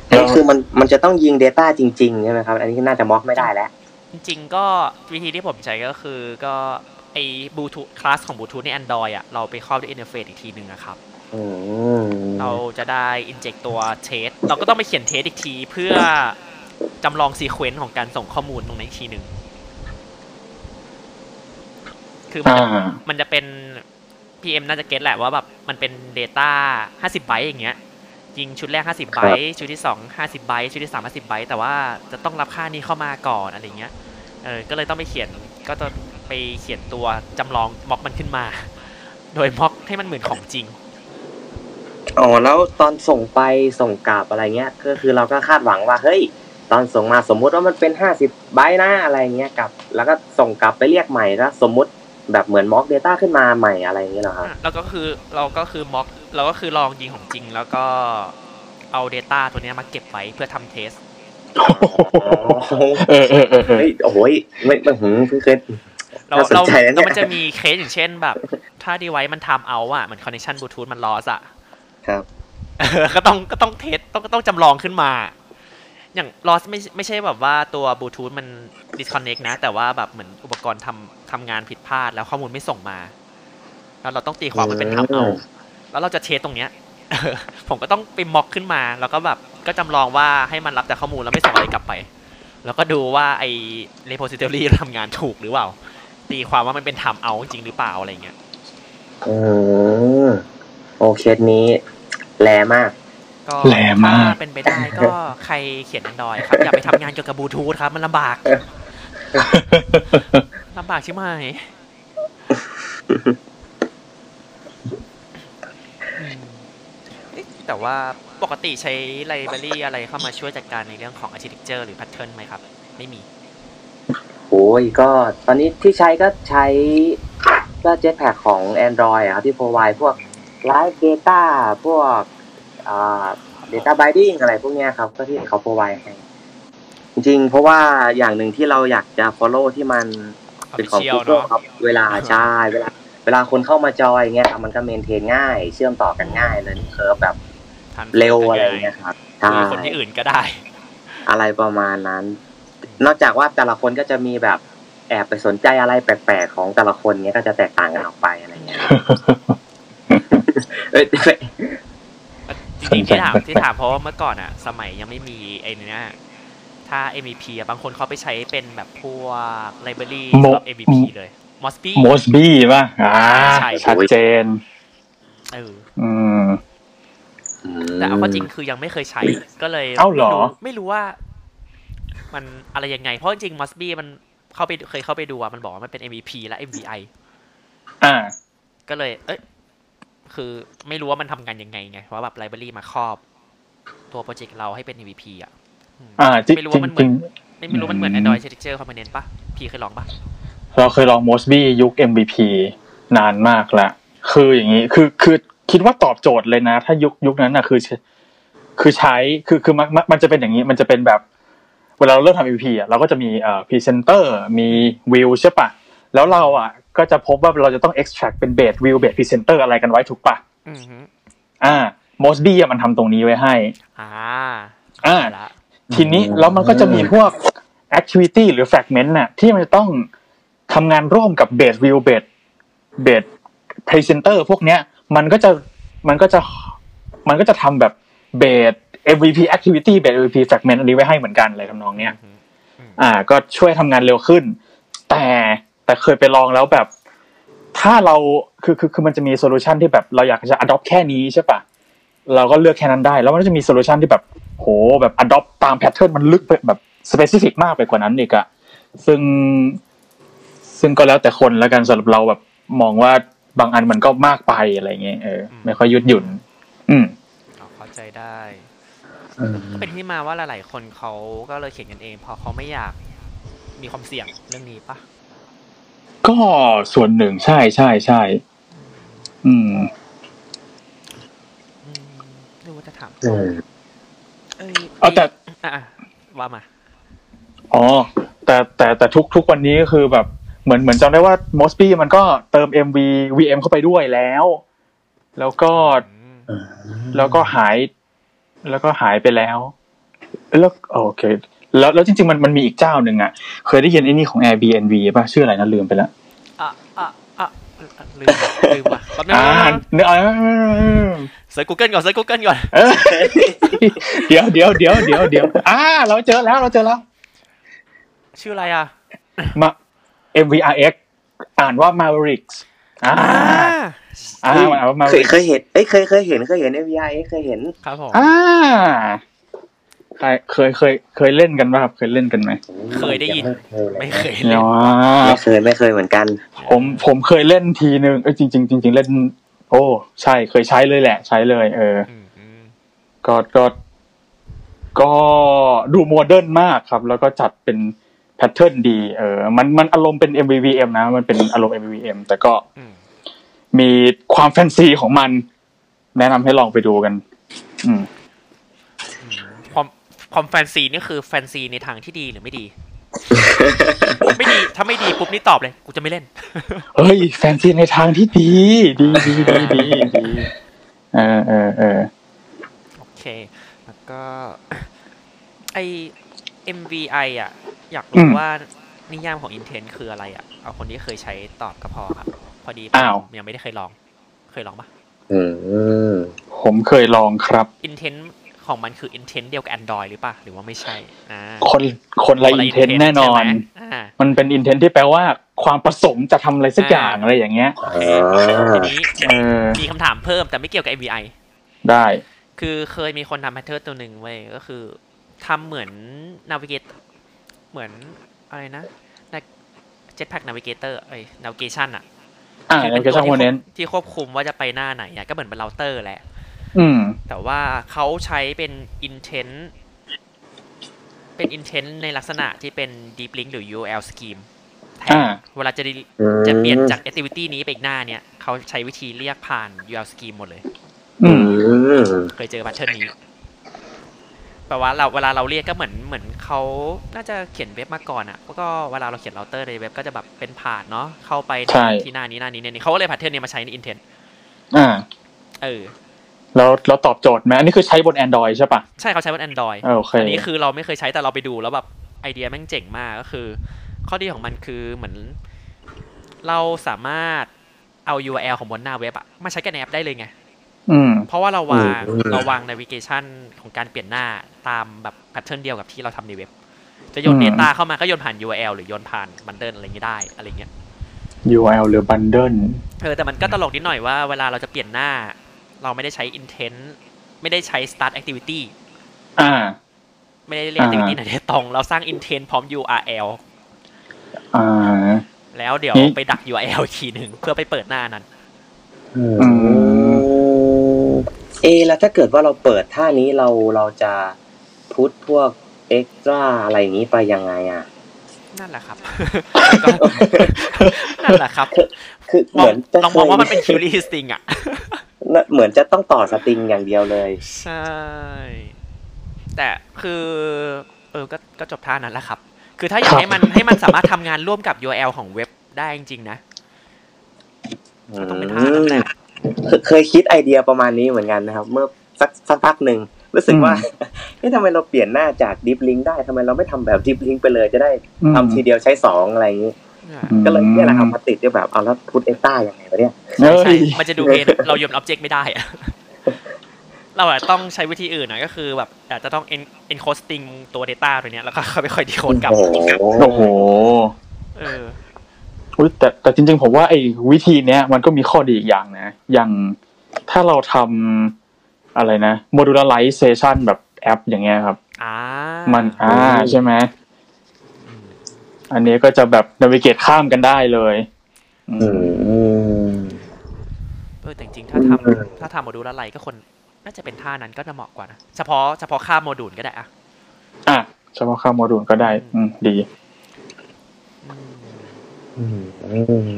S2: อันนี้คือมัน มันจะต้องยิง Data จริงๆ ใช่ไหมครับ อันนี้น่าจะม็อกไม่ได้แล้ว
S1: จริงๆ ก็วิธีที่ผมใช้ก็คือก็ไอ้บลูทูธคลาสของบลูทูธใน Android อ่ะ เราไปครอบด้วยอินเทอร์เฟซอีกทีหนึ่งอะครับ
S2: อืม
S1: เราจะได้อินเจกตัวเทส เราก็ต้องไปเขียนเทสอีกทีเพื่อจำลองซีเควนซ์ของการส่งข้อมูลตรงนั้นอีกทีหนึ่ง คือมัน
S3: อ่า
S1: จะมันจะเป็น PM น่าจะเก็ตแหละว่าแบบมันเป็น Data 50ไบต์อย่างเงี้ยยิงชุดแรก 50ไบต์ชุดที่ 2 50ไบต์ชุดที่ 3 50ไบต์แต่ว่าจะต้องรับค่านี้เข้ามาก่อนอะไรเงี้ยเออก็เลยต้องไปเขียนก็จะไปเขียนตัวจำลองม็อกมันขึ้นมา โดยม็อกให้มันเหมือนของจริง
S2: อ๋อแล้วตอนส่งไปส่งกลับอะไรเงี้ยก็คือเราก็คาดหวังว่าเฮ้ย ตอนส่งมาสมมุติว่ามันเป็นห้าสิบไบต์นะอะไรเงี้ยกลับ แล้วก็ส่งกลับไปเรียกใหม่แล้วสมมุติแบบเหมือนม็อก Data ขึ้นมาใหม่อะไรอย่างเงี้ยเหรอครับ
S1: อ่ะแล้วก็คือเราก็คือม็อกเราก็คือลองยิงของจริงแล้วก็เอา Data ตัวเนี้ยมาเก็บไว้เพื่อทำเทส
S3: เออเออเออเออ
S2: เฮ้ยโอ้ยไม่ไม่หืมเพิ่งเคย
S1: เรา
S2: น่าสน
S1: เรา
S2: ใจนะเนี่ย
S1: แล้วมันจะมีเคสอย่างเช่นแบบ ถ้าดีไว้มันทำเอาอะเหมือนคอนเนคชันบลูทูธมันลอสอะ
S2: ครับ
S1: เอ อก็ต้องก็ต้องเทสต้องต้องจำลองขึ้นมา อย่างลอสไม่ไม่ใช่แบบว่าตัวบลูทูธมัน disconnect นะ แต่ว่าแบบเหมือนอุปกรณ์ทำทำงานผิดพลาดแล้วข้อมูลไม่ส่งมา แล้วเราต้องตีความมันเป็นทำเอา
S2: อืม
S1: แล้วเราจะเทสตรงเนี้ย เออผมก็ต้องไปม็อกขึ้นมา แล้วก็แบบก็จำลองว่าให้มันรับแต่ข้อมูลแล้วไม่ส่งอะไรกลับไป แล้วก็ดูว่าไอ้ repository เราทำงานถูกหรือเปล่า ตีความว่ามันเป็นทำเอาจริงหรือเปล่าอะไรอย่างเงี้ย
S2: อืมโอเคสนี้แรมาก
S1: ก็
S3: แหลมมาก
S1: ถ้เป็นไปได้ ก็ใครเขียน Android ครับ อย่าไปทำงานเกี่ยวกับบลูทูธครับ มันลำบากลำบากใช่ไหม อืมเอ๊ะแต่ว่าปกติใช้ไลบรารีอะไรเข้ามาช่วยจัดการในเรื่องของ architecture หรือ pattern ไหมครับ ไม่มี
S2: โอ้ยก็ตอนนี้ที่ใช้ก็ใช้ก็เจ็ตแพคของ Android อะครับที่พ o ไวพวก Live Data พวกอ่า Data Binding อะไรพวกเนี้ยครับ ก็ที่เขาพ o ไวให้ จริงๆ เพราะว่าอย่างหนึ่งที่เราอยากจะ follow ที่มันเป็นของ
S1: official
S2: Google
S1: เนอะ
S2: ครับ เวลาใช่เวลา เวลาคนเข้ามาจอยเงี้ยครับมันก็เมนเทนง่าย เชื่อมต่อกันง่ายเลยเคิร์ฟแบบ
S1: ทัน
S2: เร็วอะไรเงี้ยครับใช่
S1: มีคนที่อื่นก็ได้
S2: อะไรประมาณนั้น นอกจากว่าแต่ละคนก็จะมีแบบแอบไปสนใจอะไรแปลกๆของแต่ละคนเนี้ยก็จะแตกต่างกันออกไปอะไรเงี้ย เอ้ย
S1: จริงๆ
S3: สน
S1: ที่
S3: ใจ
S1: ถาม
S3: แปลกๆ
S1: ที่ถามเพราะว่าเมื่อก่อนอะสมัยยังไม่มีไอ้เนี่ยถ้า MVP อะบางคนเขาไปใช้เป็นแบบพวก library สำหรับ
S3: Mo-
S1: MVP เลย Mosby
S3: มอสบี้ป่ะอ่า
S1: ใช่
S3: ชัดเจน
S1: เออ
S3: อืม
S1: แต่เอาก็จริงคือยังไม่เคยใช้ก็เลย
S3: เอ้าเหรอ
S1: ไม่ไม่รู้ว่า มันอะไรยังไง เพราะจริง Mosby มันเข้าไปเคยเข้าไปดูอะมันบอกว่ามันเป็น MVP และ MVI
S3: อ่า
S1: ก็เลย เอ้ยคือไม่รู้ว่ามันทำงานยังไงไงเพราะว่าแบบ library มาครอบ ตัวโปรเจกต์เราให้เป็น MVP อะอืม
S3: อ่าจริง
S1: ไม่รู้
S3: จริ
S1: ว่าง มันเหมื
S3: จ
S1: อ
S3: ริ
S1: น
S3: ง
S1: ไม่ไม่รู้มันเหมือน
S3: อืม
S1: Android Architecture Component ปะพี่เคยลองปะ
S3: เราเคยลองมอสบี้ยุค MVP นานมากละคืออย่างนี้คือคือคิดว่าตอบโจทย์เลยนะ ถ้ายุคยุคนั้นนะคือใช้คือใช้คือคือมันมันมันจะเป็นอย่างนี้มันจะเป็นแบบ เวลาเราเริ่มทำ MVP อ่ะเราก็จะมีเอ่อพรีเซนเตอร์มีวิวใช่ปะแล้วเราอ่ะก็จะพบว่าเราจะต้อง extract เป็นเบสวิวเบสพรีเซนเตอร์อะไรกันไว้ถูกปะ
S1: อือฮึ
S3: อ่ามอสบี้มันทำตรงนี้ไว้ให้
S1: อ่า
S3: อ่า
S1: เข้ใจละ
S3: ทีนี้แล้วมันก็จะมีพวก activity หรือ fragment น่ะที่มันจะต้องทำงานร่วมกับ base view base base presenter พวกเนี้ยมันก็จะมันก็จะมันก็จะทำแบบ base MVP activity base MVP fragment อันนี้ไว้ให้เหมือนกันอะไรทำนองเนี้ย
S1: อือฮึ
S3: อ่าก็ช่วยทำงานเร็วขึ้น แต่แต่เคยไปลองแล้วแบบ ถ้าเราคือคือคือมันจะมีโซลูชันที่แบบเราอยากจะ adopt แค่นี้ใช่ปะเราก็เลือกแค่นั้นได้ แล้วมันก็จะมีโซลูชันที่แบบโหแบบ adopt ตามแพทเทิร์นมันลึกไปแบบ specific มากไปกว่านั้นอีกอะซึ่งซึ่งก็แล้วแต่คนแล้วกันสำหรับเราแบบมองว่าบางอันมันก็มากไปอะไรเงี้ยเออไม่ค่อยยืดหยุ่น อืม
S1: อ๋อเข้าใจได้ เป็นที่มาว่าหลาย ๆ คนเขาก็เลยเขียนกันเองเพราะเขาไม่อยากมีความเสี่ยงเรื่องนี้ปะ
S3: ก็ส่วนหนึ่งใช่ใช่ใช่อืม
S1: อืมไม่รู้ว่าจะถาม
S2: อืม
S1: เอ้ย
S3: เอาแต่
S1: อ่ะอ่ะว่ามา
S3: อ๋อแต่แต่แต่ทุกทุกวันนี้ก็คือแบบเหมือนเหมือนจำได้ว่ามอสปี้มันก็เติม MV VM เข้าไปด้วยแล้ว แล้วก็แล้วก็หาย แล้วก็หายไปแล้ว แล้วโอเค แล้วแล้วจริง ๆ มันมันมีอีกเจ้าหนึ่งอ่ะ เคยได้ยินไอ้นี่ของ Airbnb ป่ะชื่ออะไรนะลืมไปแล้ว
S1: อ่ะอ่ะอ่ะลืมลืมว่ะแป๊บนึง
S3: อ่าเนื้อ
S1: เซิร์ชกูเกิลก่อนเซิร์ชกูเกิลก่อน
S3: เดี๋ยวเดี๋ยวเดี๋ยวเดี๋ยวเดี๋ยวอ่าเราเจอแล้วเราเจอแล้ว
S1: ชื่ออะไรอ่ะ
S3: มา MVRX อ่านว่า Mavericks อ่าอ่ามันอ่านว่า
S2: เคย
S3: Mavericks
S2: เคยเห็นเอ้ยเคยเคยเห็นเคยเห็น FBI เอ้ยเคยเห็น
S1: ครับผม
S3: อ่าใครเคยเคย เคยเล่นกันป่ะครับ เคยเล่นกันไหม
S1: เคยได้ยิน ไม่เคยเล่
S3: เนา
S1: น
S2: ไม่เคยไม่เคยเหมือนกัน
S3: ผมผมเคยเล่นทีนึงเอ้ยจริงจริงจริงๆเล่น โอ้ใช่เคยใช้เลยแหละ ใช้เลย เออ
S1: อืมอืม
S3: ก็ก็ก็ดูโมเดิร์นมากครับ แล้วก็จัดเป็นแพทเทิร์นดี เออ มันมันอารมณ์เป็น MVVM นะ มันเป็นอารมณ์ MVVM แต่ก็
S1: อืม
S3: มีความแฟนซีของมัน แนะนำให้ลองไปดูกัน อืม
S1: ความความแฟนซีนี่คือแฟนซีในทางที่ดีหรือ ไม่ดี ไม่ดีถ้าไม่ดีปุ๊บนี่ตอบเลยกูจะไม่เล่น
S3: เฮ้ย แฟนซีในทางที่ดี ดีดีดีดีดีเออเออเออ
S1: โอเค แล้วก็ ไอ MVI อ่ะ อยากรู้
S3: อืม
S1: ว่านิยามของ Intent คืออะไรอ่ะ เอาคนที่เคยใช้ตอบก็พอครับ พอดี
S3: อ้าว
S1: ผมยังไม่ได้เคยลอง เคยลองปะ
S2: อืม
S3: ผมเคยลองครับ
S1: Intent ของมันคือ Intent เดียวกับ Android หรือปะหรือว่าไม่ใช่อ่า
S3: คนคนละอินเทน
S1: คละ intent
S3: แน่นอน
S1: ใช่ไหมอ่า
S3: มันเป็นอินเทนที่แปลว่าความประสงค์จะทำอะไรสักอย่าง
S1: อ่า
S3: อะไรอย่างเงี้ย
S2: อ๋อ
S1: ทีนี้
S3: เออ
S1: มีคำถามเพิ่มแต่ไม่เกี่ยวกับ MVI
S3: ได้
S1: คือเคยมีคนทำแพทเทิร์นตัวหนึ่งเว้ยก็คือทำเหมือนนาวิเกตเหมือนอะไรนะเจ็ตแพ็กนาวิเกเตอร์เอ้ยนาวิเกชันอะ
S3: อ่า
S1: คือ
S3: แอ
S1: ป็
S3: น
S1: น
S3: เก
S1: ตั
S3: ชัน
S1: ที่
S3: โมเนน
S1: ควบที่ควบคุมว่าจะไปหน้าไหนอะก็เหมือนเป็นเราเตอร์แหละ
S3: อืม
S1: แต่ว่าเขาใช้เป็น intent เป็น intent ในลักษณะที่เป็น deep link หรือ URL scheme แทน
S3: อ่า
S1: เวลาจะ de-
S2: อืม
S1: จะเปลี่ยนจาก activity นี้ไปอีกหน้าเนี้ยเขาใช้วิธีเรียกผ่าน URL scheme หมดเลย
S3: อื
S2: อื
S3: ม
S2: ม
S1: เคยเจอแพทเทิร์นนี้แปลว่าเราเวลาเราเรียกก็เหมือนเหมือนเขาน่าจะเขียนเว็บมาก่อนอะ่ะแล้วก็เวลาเราเขียนเราเตอร์ในเว็บก็จะแบบเป็นผ่านเนาะเข้าไป
S3: ใช่
S1: ที่หน้านี้หน้านี้เนี่ยนี่เขาก็เลยแพทเทิร์นนี้มาใช้ในอินเทน
S3: อ่า
S1: เออ
S3: แล้วเราตอบโจทย์ไหมอันนี้คือใช้บน Android ใช่ปะ
S1: ใช่เขาใช้บน Android
S3: เออโอเค
S1: อันนี้คือเราไม่เคยใช้แต่เราไปดูแล้วแบบไอเดียแม่งเจ๋งมากก็คือ ข้อดีของมันคือเหมือน เราสามารถเอา URL ของบนหน้าเว็บอะมาใช้กับในแอปได้เลยไง
S3: อืม
S1: เพราะว่าเราวางเราวาง navigation ของการเปลี่ยนหน้าตามแบบแพทเทิร์นเดียวกับที่เราทำในเว็บ จะโยน
S3: อืม
S1: Data เข้ามาก็โยนผ่าน URL หรือโยนผ่านบันเดิลอะไรอย่างงี้ได้อะไรเงี้ย
S3: URL หรือ Bundle
S1: เออแต่มันก็ตลกนิดหน่อยว่าเวลาเราจะเปลี่ยนหน้า เราไม่ได้ใช้ intent ไม่ได้ใช้ start activity
S3: อ่า
S1: ไม่ได้เรียก
S3: อ่า
S1: activity ไหนโดยตรง เราสร้าง intent พร้อม URL
S3: อ่า
S1: แล้วเดี๋ยว
S3: นี่
S1: ไปดัก URL อีกทีหนึ่งเพื่อไปเปิดหน้านั้น
S2: อืมเอะแล้วถ้าเกิดว่าเราเปิดท่านี้เราเราจะพุทพวกเอ็กซ์ตร้าอะไรอย่างนี้ไปยังไงอ่ะ
S1: นั่นแหละ ครับ ก็นั่นแหละครับ
S2: คือ
S1: ม
S2: เห
S1: อง
S2: มือนจะ
S1: ลองมองว่ามันเป็น query string อะ
S2: เหมือนจะต้องต่อสตริงอย่างเดียวเลย
S1: ใช่ แต่คือ เออก็ก็จบท่านั้นแหละครับ คือถ้าอยา
S3: ค
S1: ก
S3: รับ
S1: ให้มันให้มันสามารถทำงานร่วมกับ URL ของเว็บได้จริงๆนะก็ต้องเป็นท่านั้นแหละ
S2: เคเคยคิดไอเดียประมาณนี้เหมือนกันนะครับ เมื่อสักสักพักหนึ่งรู้สึกว่า เอ๊ะทำไมเราเปลี่ยนหน้าจากดิฟลิงได้ทำไมเราไม่ทำแบบดิฟลิงไปเลยจะได้
S3: อืม
S2: ทำทีเดียวใช้สองอะไรอย่างนี้
S3: อืม
S2: ก็เลยเนี่ยแหละครับมาติดด้วยแบบเอาแล้วพุทเอ็กต้ายังไงวะเนี่ย
S3: เอ้
S1: ใช่
S3: ย
S1: มันจะดูเกนเรายอม object ไม่ได้อะ เราอาจจะต้องใช้วิธีอื่นหน่อยก็คือแบบอาจจะต้อง en- encode string ตัว data ตัวเนี้ยแล้วก็ ค่อยไปค่อยดีโคดกลับ
S2: โอ้โห
S3: โอ้โห
S1: เออ
S3: อุ๊ยแต่แต่จริง ๆ ผมว่าไอ้วิธีเนี้ยมันก็มีข้อดีอีกอย่างนะ อย่างถ้าเราทำอะไรนะ modularization แบบแอปอย่างเงี้ยครับ
S1: อ่ามั
S3: มันอ่าใช่ไหม อันนี้ก็จะแบบนาวิเกตข้ามกันได้เลย อื
S2: อื
S3: ม
S2: ม
S1: เออแต่จริงๆถ้าทำถ้าทำโมดูลอะไรก็คน น่าจะเป็นท่านั้นก็จะเหมาะกว่านะ เฉพาะเฉพาะค่าโมดูลก็ได้อะ
S3: อ่ะเฉพาะค่าโมดูลก็ได้ อืมดี
S2: อืม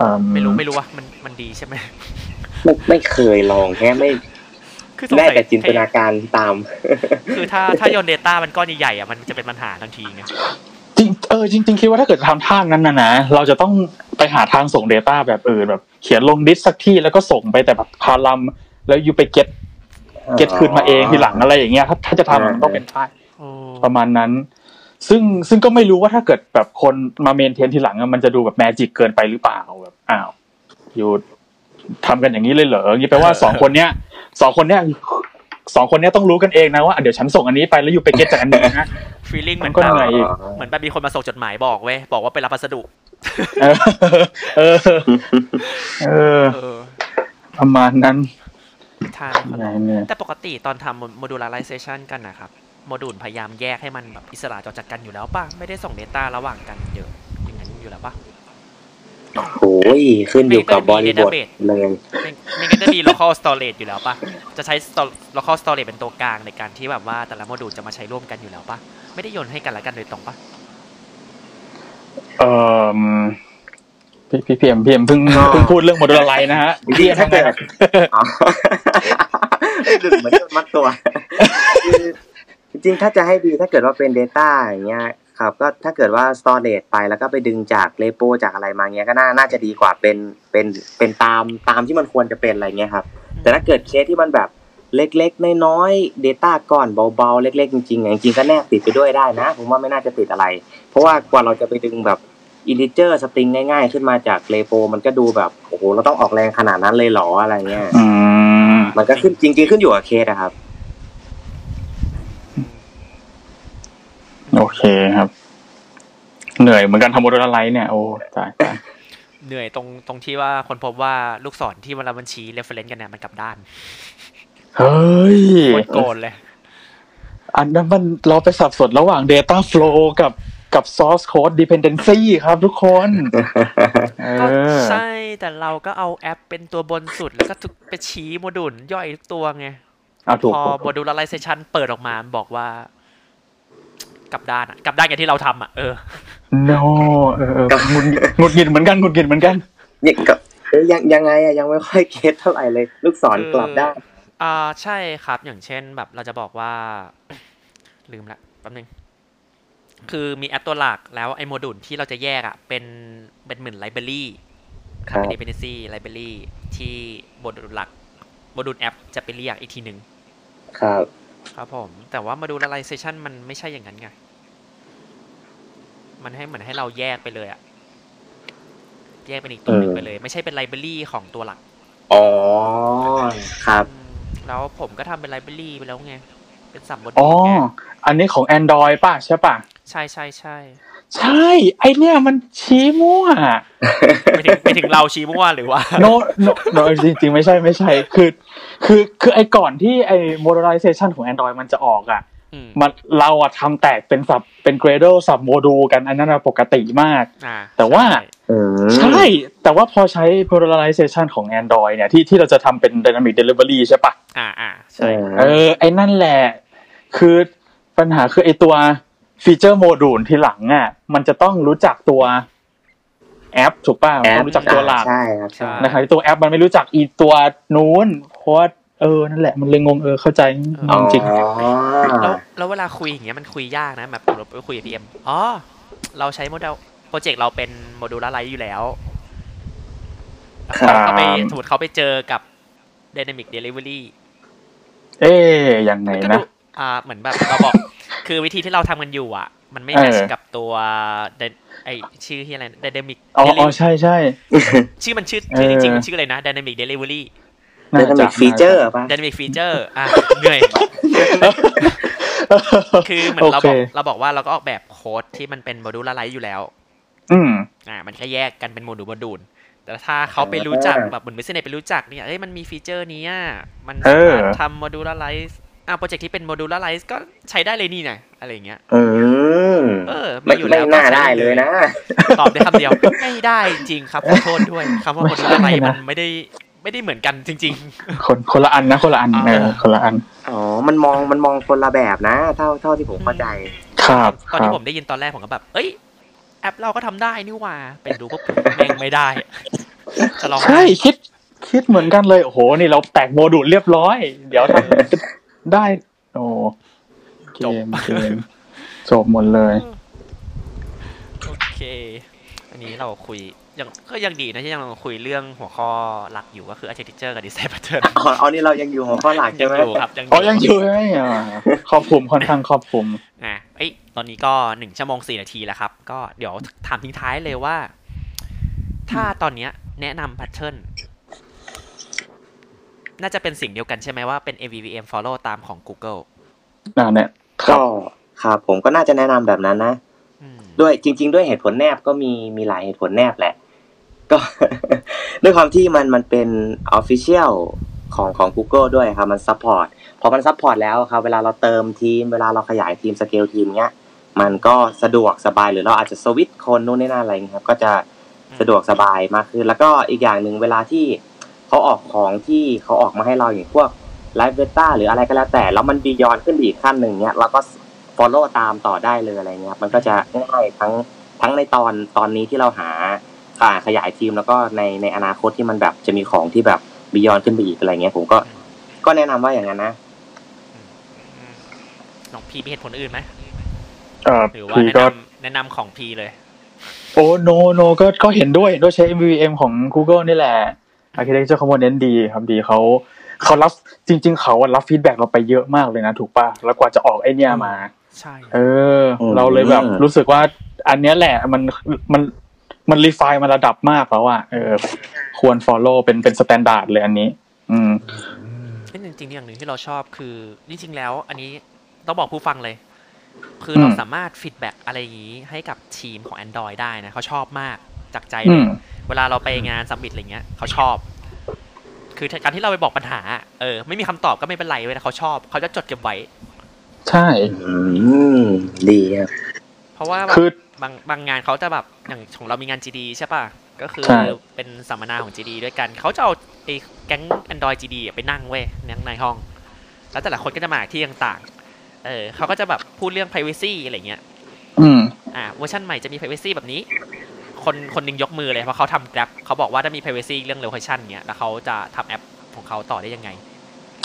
S3: อื
S1: ไม่รู้ไม่รู้ว่ามันมันดีใช่ไหม
S2: ไม่ไม่เคยลองแค่ไม่
S1: คือสง
S2: ได้
S1: สัย
S2: แต่จินตนาการตาม
S1: คือถ้า ถ้าโยน Data มันก้อนใหญ่ๆอ่ะมันจะเป็นปัญหาทันทีไง
S3: จริงเออจริงๆคิดว่าถ้าเกิดจะทำท่านั้นนะนะเราจะต้องไปหาทางส่ง Data แบบอื่นแบบ เขียนลงดิสสักที่แล้วก็ส่งไปแต่แบบคาลัมน์แล้วอยู่ไปเก็ตเก็ตคืนมาเองทีหลังอะไรอย่างเงี้ยถ้าถ้าจะทำมันต้องเป็นท่า
S1: โอ้
S3: ประมาณนั้น ซึ่งซึ่งก็ไม่รู้ว่าถ้าเกิดแบบคนมาเมนเทนทีหลังอะมันจะดูแบบแมจิกเกินไปหรือเปล่าแบบอ้าวอยู่ทำกันอย่างนี้เลยเหรออย่างนี้แป ลว่าสองคนเนี้ยสองคนเนี้ยสองคนเนี้ยต้องรู้กันเองนะว่าอ่ะเดี๋ยวฉันส่งอันนี้ไปแล้วอยู่ไปเก็ตจากอันนี้นะ
S1: ฟีลลิ่งเหมือน
S3: ก็
S1: แบ
S3: เหนื่อย
S1: บ
S3: อีก
S1: เหมือนแบบมีคนมาส่งจดหมายบอกเว้ยบอกว่าไปรับพัสดุ
S3: เออเออเออ
S1: เออ
S3: ประมาณนั้น
S1: ทางเขา
S3: ไหน
S1: เนอะ
S3: เนี่ย
S1: แต่ปกติตอนทำ modularization กันนะครับโมดูลพยายามแยกให้มันแบบอิสระจอจากกันอยู่แล้วป่ะ ไม่ได้ส่ง Data ระหว่างกันเยอะอย่างนั้นอยู่แล้วป่ะ
S2: โอ้ยขึ้นอยู่กับบริบทเลย
S1: ไม่ไม่งั้นจะมี local storage อยู่แล้วปะจะใช้ store- local storage เป็นตัวกลางในการที่แบบว่าแต่ละโมดูลจะมาใช้ร่วมกันอยู่แล้วปะไม่ได้โยนให้กันและกันโดยตรงปะ
S3: เออพี่พี่พีเอ็มพีเอ็มเพิ่ง
S2: อ๋อ
S3: เพิ่งพูดเรื่องโมดูลไลนะฮะ
S2: จริงๆถ้าเกิดอ๋อหลุดเหมือนมัดตัวคือจริงๆถ้าจะให้ดีถ้าเกิดว่าเป็น Data อย่างเงี้ยครับ ก็ถ้าเกิดว่า Storage ไปแล้วก็ไปดึงจากเลโปจากอะไรมาเงี้ยก็น่าน่าจะดีกว่าเป็นเป็นเป็นตามตามที่มันควรจะเป็นอะไรเงี้ยครับ แต่ถ้าเกิดเคสที่มันแบบเล็กๆ น้อยๆ Data ก่อนเบาๆ เล็กๆ จริงๆอ่ะจริงๆก็แนบติดไปด้วยได้นะ ผมว่าไม่น่าจะติดอะไร เพราะว่ากว่าเราจะไปดึงแบบอินดิเจอร์สตริงง่ายๆ ขึ้นมาจากเลโปมันก็ดูแบบโอ้โหเราต้องออกแรงขนาดนั้นเลยเหรออะไรเงี้ย
S3: อืม
S2: มันก็ขึ้นจริงๆขึ้นอยู่กับเคสอะครับ
S3: โอเคครับ เหนื่อยเหมือนกันทำโมดูลไลเนี่ยโอ้ตายตาย
S1: เหนื่อยตรงตรงที่ว่าคนพบว่าลูกศรที่เวลามันชี้ reference กันเนี่ยมันกลับด้าน
S3: เฮ้ย
S1: โคตรโกนเลย
S3: อันนั้นมันเราไปสับสนระหว่าง Data Flow กับกับ Source Code Dependency ครับทุกคน เอ
S1: ก็
S3: อ
S1: ใช่แต่เราก็เอาแอปเป็นตัวบนสุด แล้วก็ทุกไปชี้โมดูลย่อยทุกตัวไง
S3: เอาถูก
S1: พอ
S3: ถูก
S1: โมดูล r i z a t i o n เปิดออกมาบอกว่า กลับด้านอะกลับด้านอย่างที่เราทำอ่ะเออ
S3: no เออเอ อหงุดหงิดหงุดหงิดเหมือนกันหงุดหงิดเหมือนกัน
S2: เนี่ยก็เอ้ยยังยังไงอะยังไม่ค่อยเคสเท่าไหร่เลย ลูกศรกลับด้าน
S1: อ่าใช่ครับอย่างเช่นแบบเราจะบอกว่า ลืมละแป๊บนึง คือมีแอปตัวหลักแล้วไอ้โมดูลที่เราจะแยกอะเป็นเป็นเหมือนไลบรารี
S2: ครั
S1: เป็
S2: บ
S1: น dependency library ที่โมดูลหลักโมดูลแอปจะไปเรียกอีกทีหนึ่ง
S2: ครับ
S1: ครับผม แต่ว่ามาดู realization มันไม่ใช่อย่างนั้นไง มันให้เหมือนให้เราแยกไปเลยอะแยกเป็นอีกตัวหนึ่งไปเลย ไม่ใช่เป็นไลบรารีของตัวหลัก
S2: อ๋อครับ
S1: อืมแล้วผมก็ทำเป็นไลบรารีไปแล้วไง เป็นสัมบท
S3: อ๋อ อันนี้ของ Android ป่ะ ใช่ป่ะ
S1: ใช่ใช่ใช่
S3: ใช่ ไอเนี่ยมันชี้ มั่ว
S1: ไปถึงไปถึงเราชี้มั่วหรือว่า
S3: no no no จริงๆ ไม่ใช่ไม่ใช่ คือ คือคือไอก่อนที่ไอ modularization ของ Android มันจะออกอ่ะ
S1: อืม
S3: มันเราอะทำแตกเป็นสับเป็น gradle สับโมดูลกันอันนั้นอะปกติมาก
S1: อ่า
S3: แต่ว่า
S1: ใช่
S2: อืม
S3: ใช่ แต่ว่าพอใช้ polarization ของ Android เนี่ย ที่ที่เราจะทำเป็น dynamic delivery ใช่ปะ
S1: อ่าอ่าใช่
S2: ใช่
S3: เออ ไอ้นั่นแหละ คือปัญหาคือไอ้ตัวฟีเจอร์โมดูลทีหลังอ่ะ มันจะต้องรู้จักตัวแอป ถูกป่ะมันต้องรู้จักตัวหลัก
S2: ใช่ครับใช่
S3: นะครับไอ้ตัวแอปมันไม่รู้จักอีตัวนู้น เพราะว่าเออ นั่นแหละ มันเลยงงเออ เข้าใจง
S2: อ๋อง
S3: จริง
S1: แล้วแล้วเวลาคุยอย่างเงี้ยมันคุยยากนะแบบผมไปคุยกับพีเอ็มอ๋อ เราใช้โมเดลโปรเจกต์เราเป็นโมดูลไลท์อยู่แล้ว
S3: ครับ
S1: เขาไปสมมติเขาไปเจอกับ Dynamic Delivery
S3: เอ๊ยยังไง
S1: มันก็
S3: นะ
S1: ดูอ่า เหมือนแบบเราบอก คือวิธีที่เราทำกันอยู่อ่ะ มันไม่
S3: เออ
S1: แมทช์กับตัว Dy- ไอชื่อที่อะไรไดนามิก
S3: อ๋ออ๋อใช่ใช่
S1: ชื่อมันชื่อ
S3: เออ
S1: ชื่อจริงๆมันชื่ออะไรนะไดนามิกเดลิเวอรี่
S2: แล้วทำอีกฟีเจอร์ป่ะ
S1: ไดนามิกฟีเจอร์อ่ะ เหนื่อย คือเหมือนเราบอกเราบอกว่าเราก็ออกแบบโค้ดที่มันเป็นโมดูลไลท์อยู่แล้ว
S3: อืม
S1: อ่า มันแค่แยกกันเป็นโมดูลโมดูล แต่ถ้าเขาไปรู้จักแบบเหมือนไม่ใช่ไปรู้จักเนี่ย เอ้ย มันมีฟีเจอร์นี้อ่ะ มันสามารถ
S3: เออ
S1: ทำโมดูลไลท์อ่ะโปรเจกต์ที่เป็นโมดูลไลท์ก็ใช้ได้เลยนี่ไงอะไรอย่างเงี้ย
S2: อืม
S1: เออ
S2: ไม่
S1: อยู่แล้
S2: ไม่
S1: ว
S2: น่า
S1: ก็ใช้
S2: ได้เลยนะ
S1: ตอบได้คำเดียว ไม่ได้จริงครับขอโทษด้วยคำว่า
S3: ไม่
S1: คน
S3: ใช่
S1: ละไรมั
S3: นะ
S1: นไม่ได้ไม่ได้เหมือนกันจริง
S3: คนคนละอันนะ คนละอันเออคนละอัน
S2: อ๋อ มันมองมันมองคนละแบบนะ เท่าเท่าที่ผมเข้าใจ
S3: ครับ
S1: ๆ ตอน
S3: ครั
S1: ที่
S3: บ
S1: ผมได้ยินตอนแรกผมก็แบบ เอ้ย แอปเราก็ทำได้นี่หว่าเป็นดูปุ๊บแม่งไม่ได้ จะลอง
S3: ใช่คิดคิดเหมือนกันเลย โอ้โห นี่เราแตกโมดูลเรียบร้อย เดี๋ยวทำได้ โอ้เกมเกมจบหมดเลย
S1: โอเค อันนี้เราคุยยังก็ยังดีนะที่ยังคุยเรื่องหัวข้อหลักอยู่ก็คือ architecture กับ design pattern
S2: อ๋อเอานี่เรายังอยู่หัวข้อหลัก
S1: ยั
S2: ใช่
S1: ง
S2: ไหม
S1: อยู่ครับยังอ
S3: อ๋อยู่ ยังอยู่ไหม อ่ะครอบคลุมค่อนข้างครอบคลุม
S1: อ่ะเอ้ยตอนนี้ก็หนึ่งชั่วโมงสี่นาทีแล้วครับ ก็เดี๋ยวถามทิ้งท้ายเลยว่า ถ้าตอนเนี้ยแนะนำ pattern น่าจะเป็นสิ่งเดียวกันใช่ไหมว่าเป็น MVVM follow ตามของ Google
S3: น่าเนี่ย ครั
S2: ก็
S3: บ
S2: ครับผมก็น่าจะแนะนำแบบนั้นนะ
S1: อืม
S2: ด้วยจริง ๆ ด้วยเหตุผลแนบก็มีมีหลายเหตุผลแนบแหละ ก็ ด้วยความที่มันมันเป็น Official ของของ Google ด้วยครับ มันซัพพอร์ตพอมันซัพพอร์ตแล้วครับ เวลาเราเติมทีม เวลาเราขยายทีมสเกลทีมเนี้ย มันก็สะดวกสบายหรือเราอาจจะสวิตช์คนนู่นนี่นั่นอะไรอย่างเงี้ยครับ ก็จะสะดวกสบายมากขึ้น แล้วก็อีกอย่างหนึ่งเวลาที่เขาออกของที่เขาออกมาให้เราอย่างพวกไลฟ์เบต้าหรืออะไรก็แล้วแต่ แล้วมันบียอนขึ้นไปอีกขั้นหนึ่งเนี้ยเราก็ ฟอลโล่ตามต่อได้เลยอะไรเงี้ยครับมันก็จะง่ายทั้งทั้งในตอนตอนนี้ที่เราหาอ่าขยายทีมแล้วก็ในในอนาคตที่มันแบบจะมีของที่แบบบียอนขึ้นไปอีกอะไรเงี้ยผมก็ก็แนะนำว่าอย่างนั้นนะ
S1: อืมน้องพีมีเหตุผลอื่นไหม
S3: เอ่อ
S1: หรือว่า
S3: พี
S1: แนะ
S3: ก็
S1: นำแนะนำของพีเลย
S3: โอ้โนโนก็ก็เห็นด้วยด้วยใช้ MVM ของ Google นี่แหละ Architecture Component ดีครับดีเขาเขารับจริง ๆ เขาอะรับฟีดแบ็กเราไปเยอะมากเลยนะ ถูกป่ะ แล้วกว่าจะออกไอเนี้ยมา
S1: ใช่
S3: เออ
S2: อืม
S3: เราเลยแบบรู้สึกว่า อันเนี้ยแหละมันมันมันรีไฟมาระดับมากแล้วอะเออ ควร follow เป็นเป็นสแตนดาร์ดเลยอันนี้ อืม
S1: เอ้ยจริงๆอย่างหนึ่งที่เราชอบคือจริงๆแล้ว อันนี้ต้องบอกผู้ฟังเลย คือเรา
S3: อืม
S1: สามารถฟีดแบ็กอะไรอย่างนี้ให้กับทีมของ Android ได้นะเขาชอบมากจากใจเล
S3: อื
S1: ย
S3: ม
S1: เวลาเราไปงานสัมมิตอะไรเงี้ยเขาชอบ คือการที่เราไปบอกปัญหาอะเออ ไม่มีคำตอบก็ไม่เป็นไรเว้ยแต่เขาชอบ เขาจะจดเก็บไว้
S3: ใช่
S2: อืมดีครับ
S1: เพราะว่าแบบ
S3: คือ
S1: บางบางงานเขาจะแบบอย่างของเรามีงาน GD ใช่ป่ะ ก็คือ
S3: ใช่
S1: เป็นสัมมนาของ GD ด้วยกัน เขาจะเอาไอ้แก๊ง Android GD อะไปนั่งเว้ยนั่งในห้อง แล้วแต่ละคนก็จะมาที่ต่างๆ เออเขาก็จะแบบพูดเรื่อง privacy อะไรเงี้ย
S3: อืม
S1: อ่าเวอร์ชันใหม่จะมี privacy แบบนี้ คนคนหนึงยกมือเลยเพราะเขาทำ grab เขาบอกว่าถ้ามี privacy เรื่อง location เงี้ยแล้วเขาจะทำแอปของเขาต่อได้ยังไง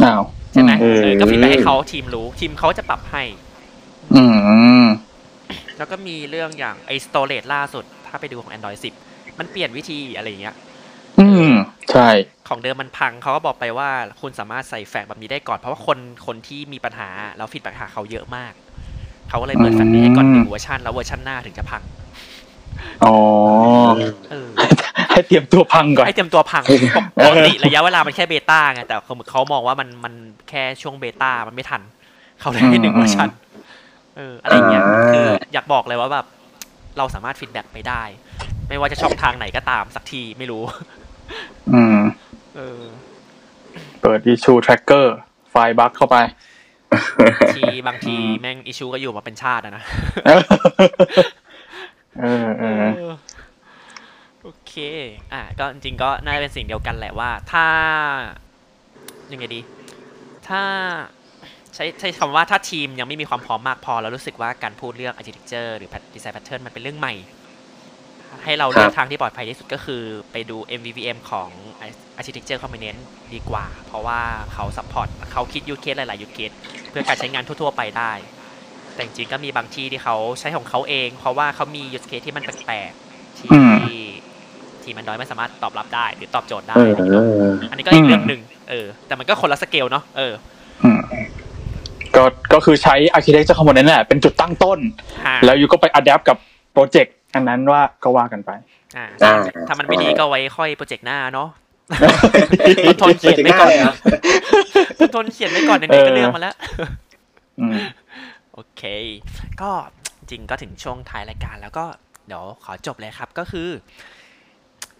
S3: อ้าว
S1: ใช่ไหม
S3: อื
S1: เออก็ฟีดแบ็กให้เขาทีมรู้ทีมเขาจะปรับให้
S3: อืม
S1: แล้วก็มีเรื่องอย่างไอสโตรเลตล่าสุด ถ้าไปดูของ Android 10 มันเปลี่ยนวิธีอะไรอย่างเงี้ย
S3: อืม ใช่
S1: ของเดิมมันพังเขาก็บอกไปว่าคุณสามารถใส่แฟกแบบนี้ได้ก่อน เพราะว่าคนคนที่มีปัญหาแล้วฟีดแบ็กหาเขาเยอะมาก เขาก็เลยเปิดแฟกนี้ให้ก่อนหนึ่งเวอร์ชันแล้วเวอร์ชันหน้าถึงจะพัง
S3: อ๋อ
S1: เออ
S3: ให้เตรียมตัวพังก่อน
S1: ให้เตรียมตัวพังปกติระยะเวลามันแค่เบต้าไงแต่เขาเขามองว่ามันมันแค่ช่วงเบต้ามันไม่ทัน เขาเลยให้หนึ่งเวอร์ชันเอออะไรอย่างเงี้ย คืออยากบอกเลยว่าแบบเราสามารถฟีดแบ็กไปได้ ไม่ว่าจะช่องทางไหนก็ตามสักทีไม่รู้
S3: อืม
S1: เออ
S3: เปิด issue tracker ไฟล์บั๊กเข้าไป
S1: ทีบางทีแม่งอิชูก็อยู่มาเป็นชาติอะนะ
S3: เออ เออเออ
S1: เออโอเค อ่ะก็จริงๆก็น่าจะเป็นสิ่งเดียวกันแหละว่า ถ้ายังไงดี ถ้าใช้ใช้คำว่าถ้าทีมยังไม่มีความพร้อมมากพอ แล้วรู้สึกว่าการพูดเรื่อง architecture หรือ design pattern มันเป็นเรื่องใหม่ ให้เราเลือกทางที่ปลอดภัยที่สุดก็คือ ไปดู MVVM ของ Architecture Component ดีกว่า เพราะว่าเขาซัพพอร์ตเขาคิดยูเคสหลาย ๆ ยูเคสเพื่อการใช้งานทั่ว ๆ ไปได้ แต่จริงๆก็มีบางที่ที่เขาใช้ของเขาเอง เพราะว่าเขามียูเคสที่มันแปลกๆ ที่
S3: อืม
S1: ที่มันน้อยไม่สามารถตอบรับได้ หรือตอบโจทย์ได้
S2: เอ
S1: อะไรอย่างเงี้ย
S2: อ
S1: อันนี้ก็อีกเรื่องหนึ่งเออ แต่มันก็คนละสเกลเนาะเออ
S3: อืมก็ ก็คือใช้ architecture component นั่นแหละ เป็นจุดตั้งต้น
S1: อ่า
S3: แล้วอยู่ก็ไป adapt กับโปรเจกต์อันนั้นว่าก็ว่ากันไป
S1: อ่า
S2: อ่า
S1: ถ้ามันไม่ดีก็ไว้ค่อยโปรเจกต์หน้าเนาะ ทนทนเขียนไว้ก่อน ทนทนเขียนไว้ก่อนในนี้ก็เรื่องมาแล้ว
S3: อืม
S1: โอเค ก็จริงก็ถึงช่วงท้ายรายการแล้วก็เดี๋ยวขอจบเลยครับก็คือ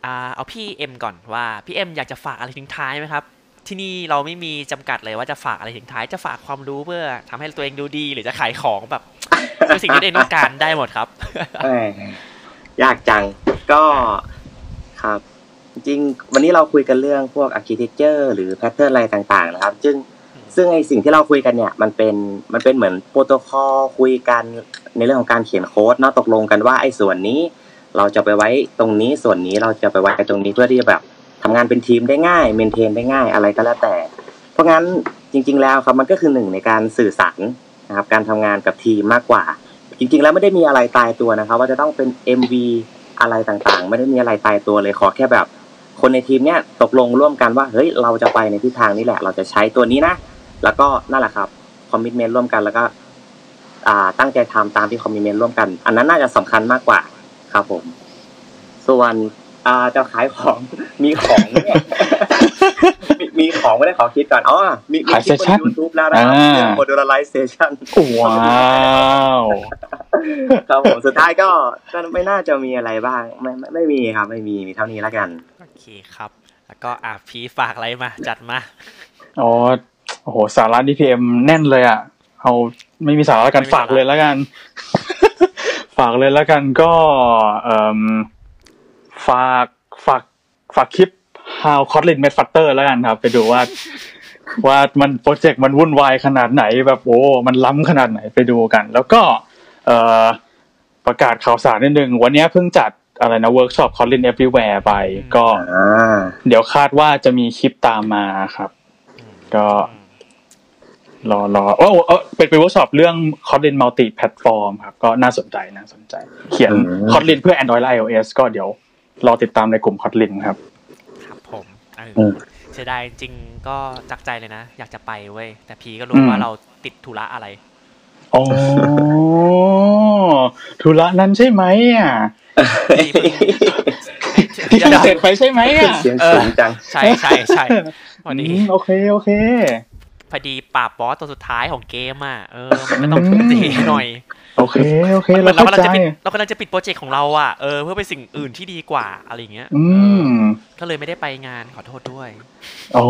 S1: อ่าเอาพี่เอ็มก่อนว่าพี่เอ็มอยากจะฝากอะไรทิ้งท้ายไหมครับ ที่นี่เราไม่มีจำกัดเลยว่าจะฝากอะไรทิ้งท้ายจะฝากความรู้เพื่อทำให้ตัวเองดูดี หรือจะขายของแบบ เป็นสิ่งที่ตัวเองต้องการได้หมดครับ
S2: แหม่ยากจังก็ครับ จริงๆวันนี้เราคุยกันเรื่องพวก architecture หรือ pattern อะไรต่างๆ นะครับ ซึ่งซึ่งไอสิ่งที่เราคุยกันเนี่ย มันเป็นมันเป็นเหมือนโปรโตคอลคุยกันในเรื่องของการเขียนโค้ดเนาะตกลงกันว่าไอ้ส่วนนี้ เราจะไปไว้ตรงนี้ส่วนนี้เราจะไปไว้ตรงนี้เพื่อที่จะแบบทำงานเป็นทีมได้ง่ายเมนเทนได้ง่ายอะไรก็แล้วแต่ เพราะงั้นจริง ๆ แล้วครับมันก็คือหนึ่งในการสื่อสารนะครับการทำงานกับทีมมากกว่า จริงๆแล้วไม่ได้มีอะไรตายตัวนะครับ ว่าจะต้องเป็น MV อะไรต่างๆ ไม่ได้มีอะไรตายตัวเลยขอแค่แบบ คนในทีมเนี่ยตกลงร่วมกันว่าเฮ้ยเราจะไปในทิศทางนี้แหละ เราจะใช้ตัวนี้นะ แล้วก็นั่นแหละครับคอมมิชเมนต์ร่วมกันแล้วก็อ่าตั้งใจทำตามที่คอมมิชเมนต์ร่วมกัน อันนั้นน่าจะสำคัญมากกว่าครับผม ส่วนอ่าจะขายของ มีของเนี่ย มีมี มีของไม่ได้ขอคิดก่อนอ๋อมีมี
S3: ขาย
S2: คลิปบ
S3: session
S2: นยูทูบแล้วนะครับ
S3: อ่า
S2: เรื่องโมดูลไลเซ ชัน
S3: ว้าว
S2: ครับผมสุดท้ายก็ก็ไม่น่าจะมีอะไรบ้างไม่ไม่ไม่มีครับ ไม่มีมีเท่านี้แล้วกัน
S1: โอเคครับ แล้วก็อ่ะพีฝากอะไรมา จัดมา
S3: อ๋อโอ้โหสาระ DPM แน่นเลยอ่ะ เอาไม่มีสาระแล้วกัน
S1: ไม่มีสาระ
S3: ฝากเลยแล้วกัน ฝากเลยแล้วกันก็เอิ่มฝากฝากฝากคลิป How Kotlin Made Factor แล้วกันครับ ไปดู ว่า ว่ามันโปรเจกต์มันวุ่นวายขนาดไหนแบบโอ้ มันล้ำขนาดไหนไปดูกัน แล้วก็ เอ่อประกาศข่าวสารนิดนึง วันนี้เพิ่งจัดอะไรนะเวิร์กช็อป Kotlin Everywhere ไป ก็
S2: อ่า
S3: เดี๋ยวคาดว่าจะมีคลิปตามมาครับ ก็
S1: อืม
S3: รอรอโอ้โอ้เอ้อเป็นเป็นเวิร์กช็อปเรื่อง Kotlin Multi Platform ครับ ก็น่าสนใจน่าสนใจ เขียน
S2: อืม
S3: Kotlin เพื่อ Android และ iOS ก็เดี๋ยวรอติดตามในกลุ่ม Kotlin ครับ
S1: ครับผมเออ
S2: อืม
S1: เสียดายจริงๆก็จากใจเลยนะ อยากจะไปเว้ย แต่พีก็รู้ว่า
S3: อืม
S1: เราติดธุระอะไร
S3: อ๋อธุระนั้นใช่ไหมอ่ะ ที่เพิ่งเสร็จไปใช่ไหมอ่ะ
S2: เสียงสูงจัง
S1: ใช่ใช่ใช่วันนี้
S3: อืมโอเค โอเค
S1: พอดีปราบบอสตัวสุดท้ายของเกมอ่ะ เออ มันก็ต้องทุ่มเทหน่อย
S3: โอเค โอเค
S1: มัน
S3: เราเข้าก
S1: เราำลัง
S3: ใจ
S1: จะปิดเรากำลังจะปิดโปรเจกต์ของเราอ่ะ เออ เพื่อไปสิ่งอื่นที่ดีกว่าอะไรอย่างเงี้ย
S3: อืม
S1: ก็เลยไม่ได้ไปงานขอโทษด้วย
S3: อ๋อ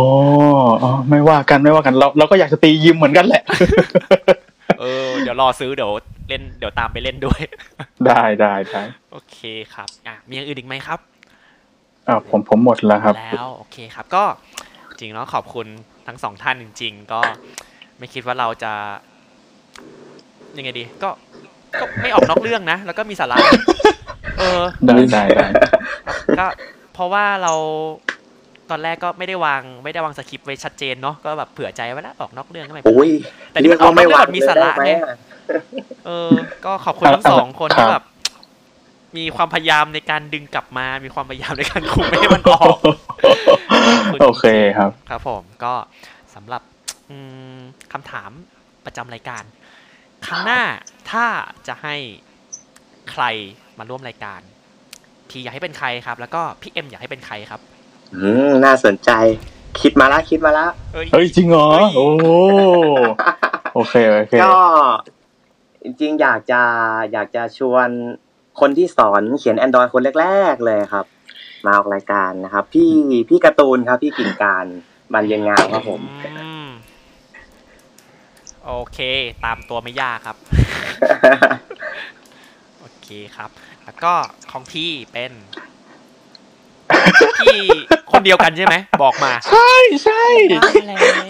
S3: อ๋อไม่ว่ากันไม่ว่ากันเราเราก็อยากจะตียิมเหมือนกันแหละ
S1: เออ เดี๋ยวรอซื้อเดี๋ยวเล่นเดี๋ยวตามไปเล่นด้วย
S3: ได้ได้ได้
S1: โอเคครับ อ่ะ มีอย่างอื่นอีกไหมครับ
S3: อ่าผมผมหมดแล้วครับ
S1: แล้วโอเคครับก็จริงแล้วขอบคุณทั้งสองท่านจริง ๆ ก็ไม่คิดว่าเราจะ ยังไงดี ก็ก็ไม่ออกนอกเรื่องนะ แล้วก็มีสา ระ เออ
S3: ได้ได้ได้
S1: ก็เพราะว่าเราตอนแรกก็ไม่ได้วางไม่ได้วางสคริปต์ไว้ชัดเจนเนาะก็แบบเผื่อใจไว้แล้วออกนอกเรื่องก็ไม่เป็นไร
S2: โอ้ย
S1: แต่นี่มันออกนอกเรื่องแบบมีสาระไง
S2: เยกว่
S1: เออ ก็ขอบคุณทั้งสองคน
S3: ครั
S1: ที่
S3: บ
S1: แบบ มีความพยายามในการดึงกลับมา มีความพยายามในการคุมไม่ให้มันออก
S3: โอเคครับ
S1: ครับผมก็สำหรับอืมคำถามประจำรายการ ครั้งหน้าถ้าจะให้ใครมาร่วมรายการ พี่อยากให้เป็นใครครับ แล้วก็พี่เอ็มอยากให้เป็นใครครับ
S2: อืมน่าสนใจ คิดมาละคิดมาละ
S3: เฮ้ยจริงเหรอโอ้โอเคโอเค
S2: ก็จริงๆอยากจะอยากจะชวนคนที่สอนเขียน Android คนแรกๆเลยครับ มาออกรายการนะครับ พี่พี่การ์ตูนครับ พี่กิ่งการบรรเยนงามครับผม
S1: อืมโอเค ตามตัวไม่ยากครับ โอเคครับ แล้วก็ของพี่เป็น พี่คนเดียวกันใช่ไหมบอกมา
S3: ใช่ใช่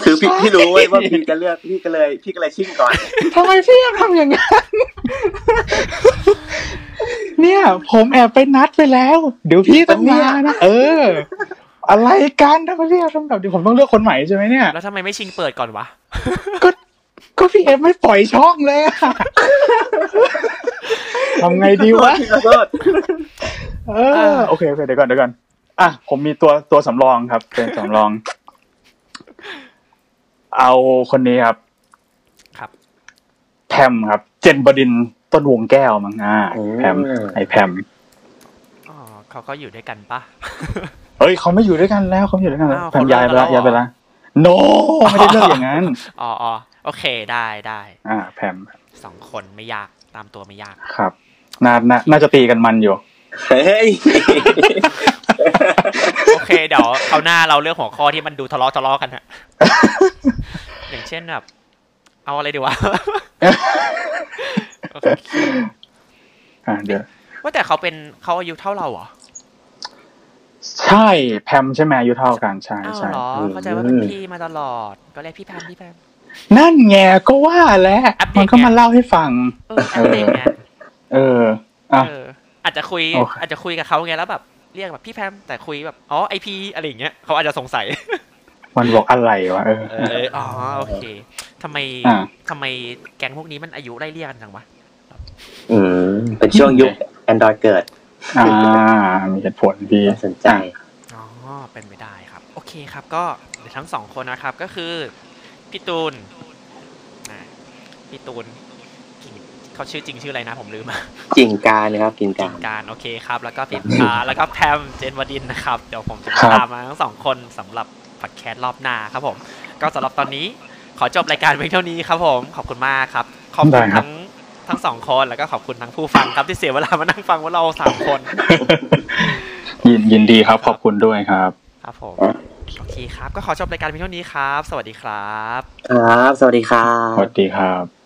S2: คือพี่พี่รู้เว้ยว่าพี่จะเลือกพี่ก็เลยพี่ก็เลยชิ่งก่อน
S3: ทำไมพี่ทำอย่างนั้น เนี่ย ผมแอบไปนัดไปแล้ว เดี๋ยวพี่ต้องมานะเออ อะไรกันทำไมพี่ทำแบบนี้ผมต้องเลือกคนใหม่ใช่ไหมเนี่ย
S1: แล้วทำไมไม่ชิงเปิดก่อนวะ
S3: ก็ก็พี่เอฟไม่ปล่อยช่องเลย อะทำไงดีวะ
S2: พี่ขอโทษ
S3: เออโอเคโอเคเดี๋ยวก่อนเดี๋ยวก่อนอ่ะผมมีตัวตัวสำรองครับ เป็น สำรอง เอาคนนี้ครับ
S1: ครับ
S3: แพมครับ เจนบดินทร์ต้นวงแก้วมั้งอ่าแพมไอแพม
S1: อ๋อเขาก็อยู่ด้วยกันปะ
S3: เอ้ยเขาไม่อยู่ด้วยกันแล้วเขาไม่อยู่ด้วยกันแล้ว
S1: อ้าว
S3: แพมย้ายไปแล้ว
S1: เขาเลิกกันแล้ว
S3: ย้ายไปแล้วโนไม่ได้เลิกอย่างนั้น
S1: อ๋ออ๋อโอเคได้ได้
S3: อ่า แพม
S1: สองคนไม่ยากตามตัวไม่ยาก
S3: ครับน่าน่าน่าจะตีกันมันอยู่
S2: เฮ้ย
S1: โอเค เดี๋ยวคราวหน้าเราเลือกหัวข้อที่มันดูทะเลาะทะเลาะกัน ฮะ อย่างเช่นแบบ เอาอะไรดีวะ โอเค
S3: อ่าเดี๋ยว
S1: ว่าแต่เขาเป็นเขาอายุเท่าเราเหรอ
S3: ใช่แพมใช่ไหมอายุเท่ากันใช่
S1: อ้าว
S3: ใช่
S1: เหรอเข้าใจว่าเป็นพี่มาตลอด ก็เรียกพี่แพมพี่แพม
S3: นั่นไงก็ว่าแล้ว
S1: อัปเดตไง
S3: มันก็มาเล่าให้ฟัง
S1: เออแอปเด็กไง
S3: เอออ่ะ
S1: เออ อาจจะคุย
S3: โอเค
S1: อาจจะคุยกับเขาไงแล้วแบบเรียกแบบพี่แพมแต่คุยแบบอ๋อไอพีอะไรอย่างเงี้ยเขาอาจจะสงสัย
S3: มันบอกอะไรวะเออ
S1: เออ อ๋อ โอเค ทำไม
S3: อ่า
S1: ทำไมแก๊งพวกนี้มันอายุไล่เรียกกันจังวะ
S2: อืมเป็นช่วงยุค Android เกิด
S3: อ่า มีเหตุผลพี่
S2: น่าสนใจ
S1: อ๋อ เป็นไปได้ครับ โอเคครับ ก็เดี๋ยวทั้งสองคนนะครับ ก็คือ พี่ตูนอ่าพี่ตูนกิ่งเขาชื่อจริงชื่ออะไรนะ ผมลืม อะ
S2: กิ่งการนะครับกิ่ง
S1: กิ่
S2: กาง ร
S1: การ โอเค ครับ แล้วก็พี่อ่าแล้วก็แพม เจนวดินนะครับ เดี๋ยวผมจะตามมาทั้งสองคนสำหรับ พอดแคสต์รอบหน้าครับผม ก็สำหรับตอนนี้ขอจบรายการเพียงเท่านี้ครับผม ขอบคุณมากครับ ขอบคุณ
S3: ได้ครับ
S1: ทั้งทั้งสองคนแล้วก็ขอบคุณทั้งผู้ฟังครับที่เสียเวลามานั่งฟังพว่าเราสามคน
S3: ยินยินดีครับ ขอบคุณด้วยครับ
S1: ครับผมโอเคครับ ก็ขอจบรายการเพียงเท่านี้ครับ สวัสดีครับ
S2: ครับ สวัสดีครั
S3: ส
S2: บ
S3: วัสดีครับ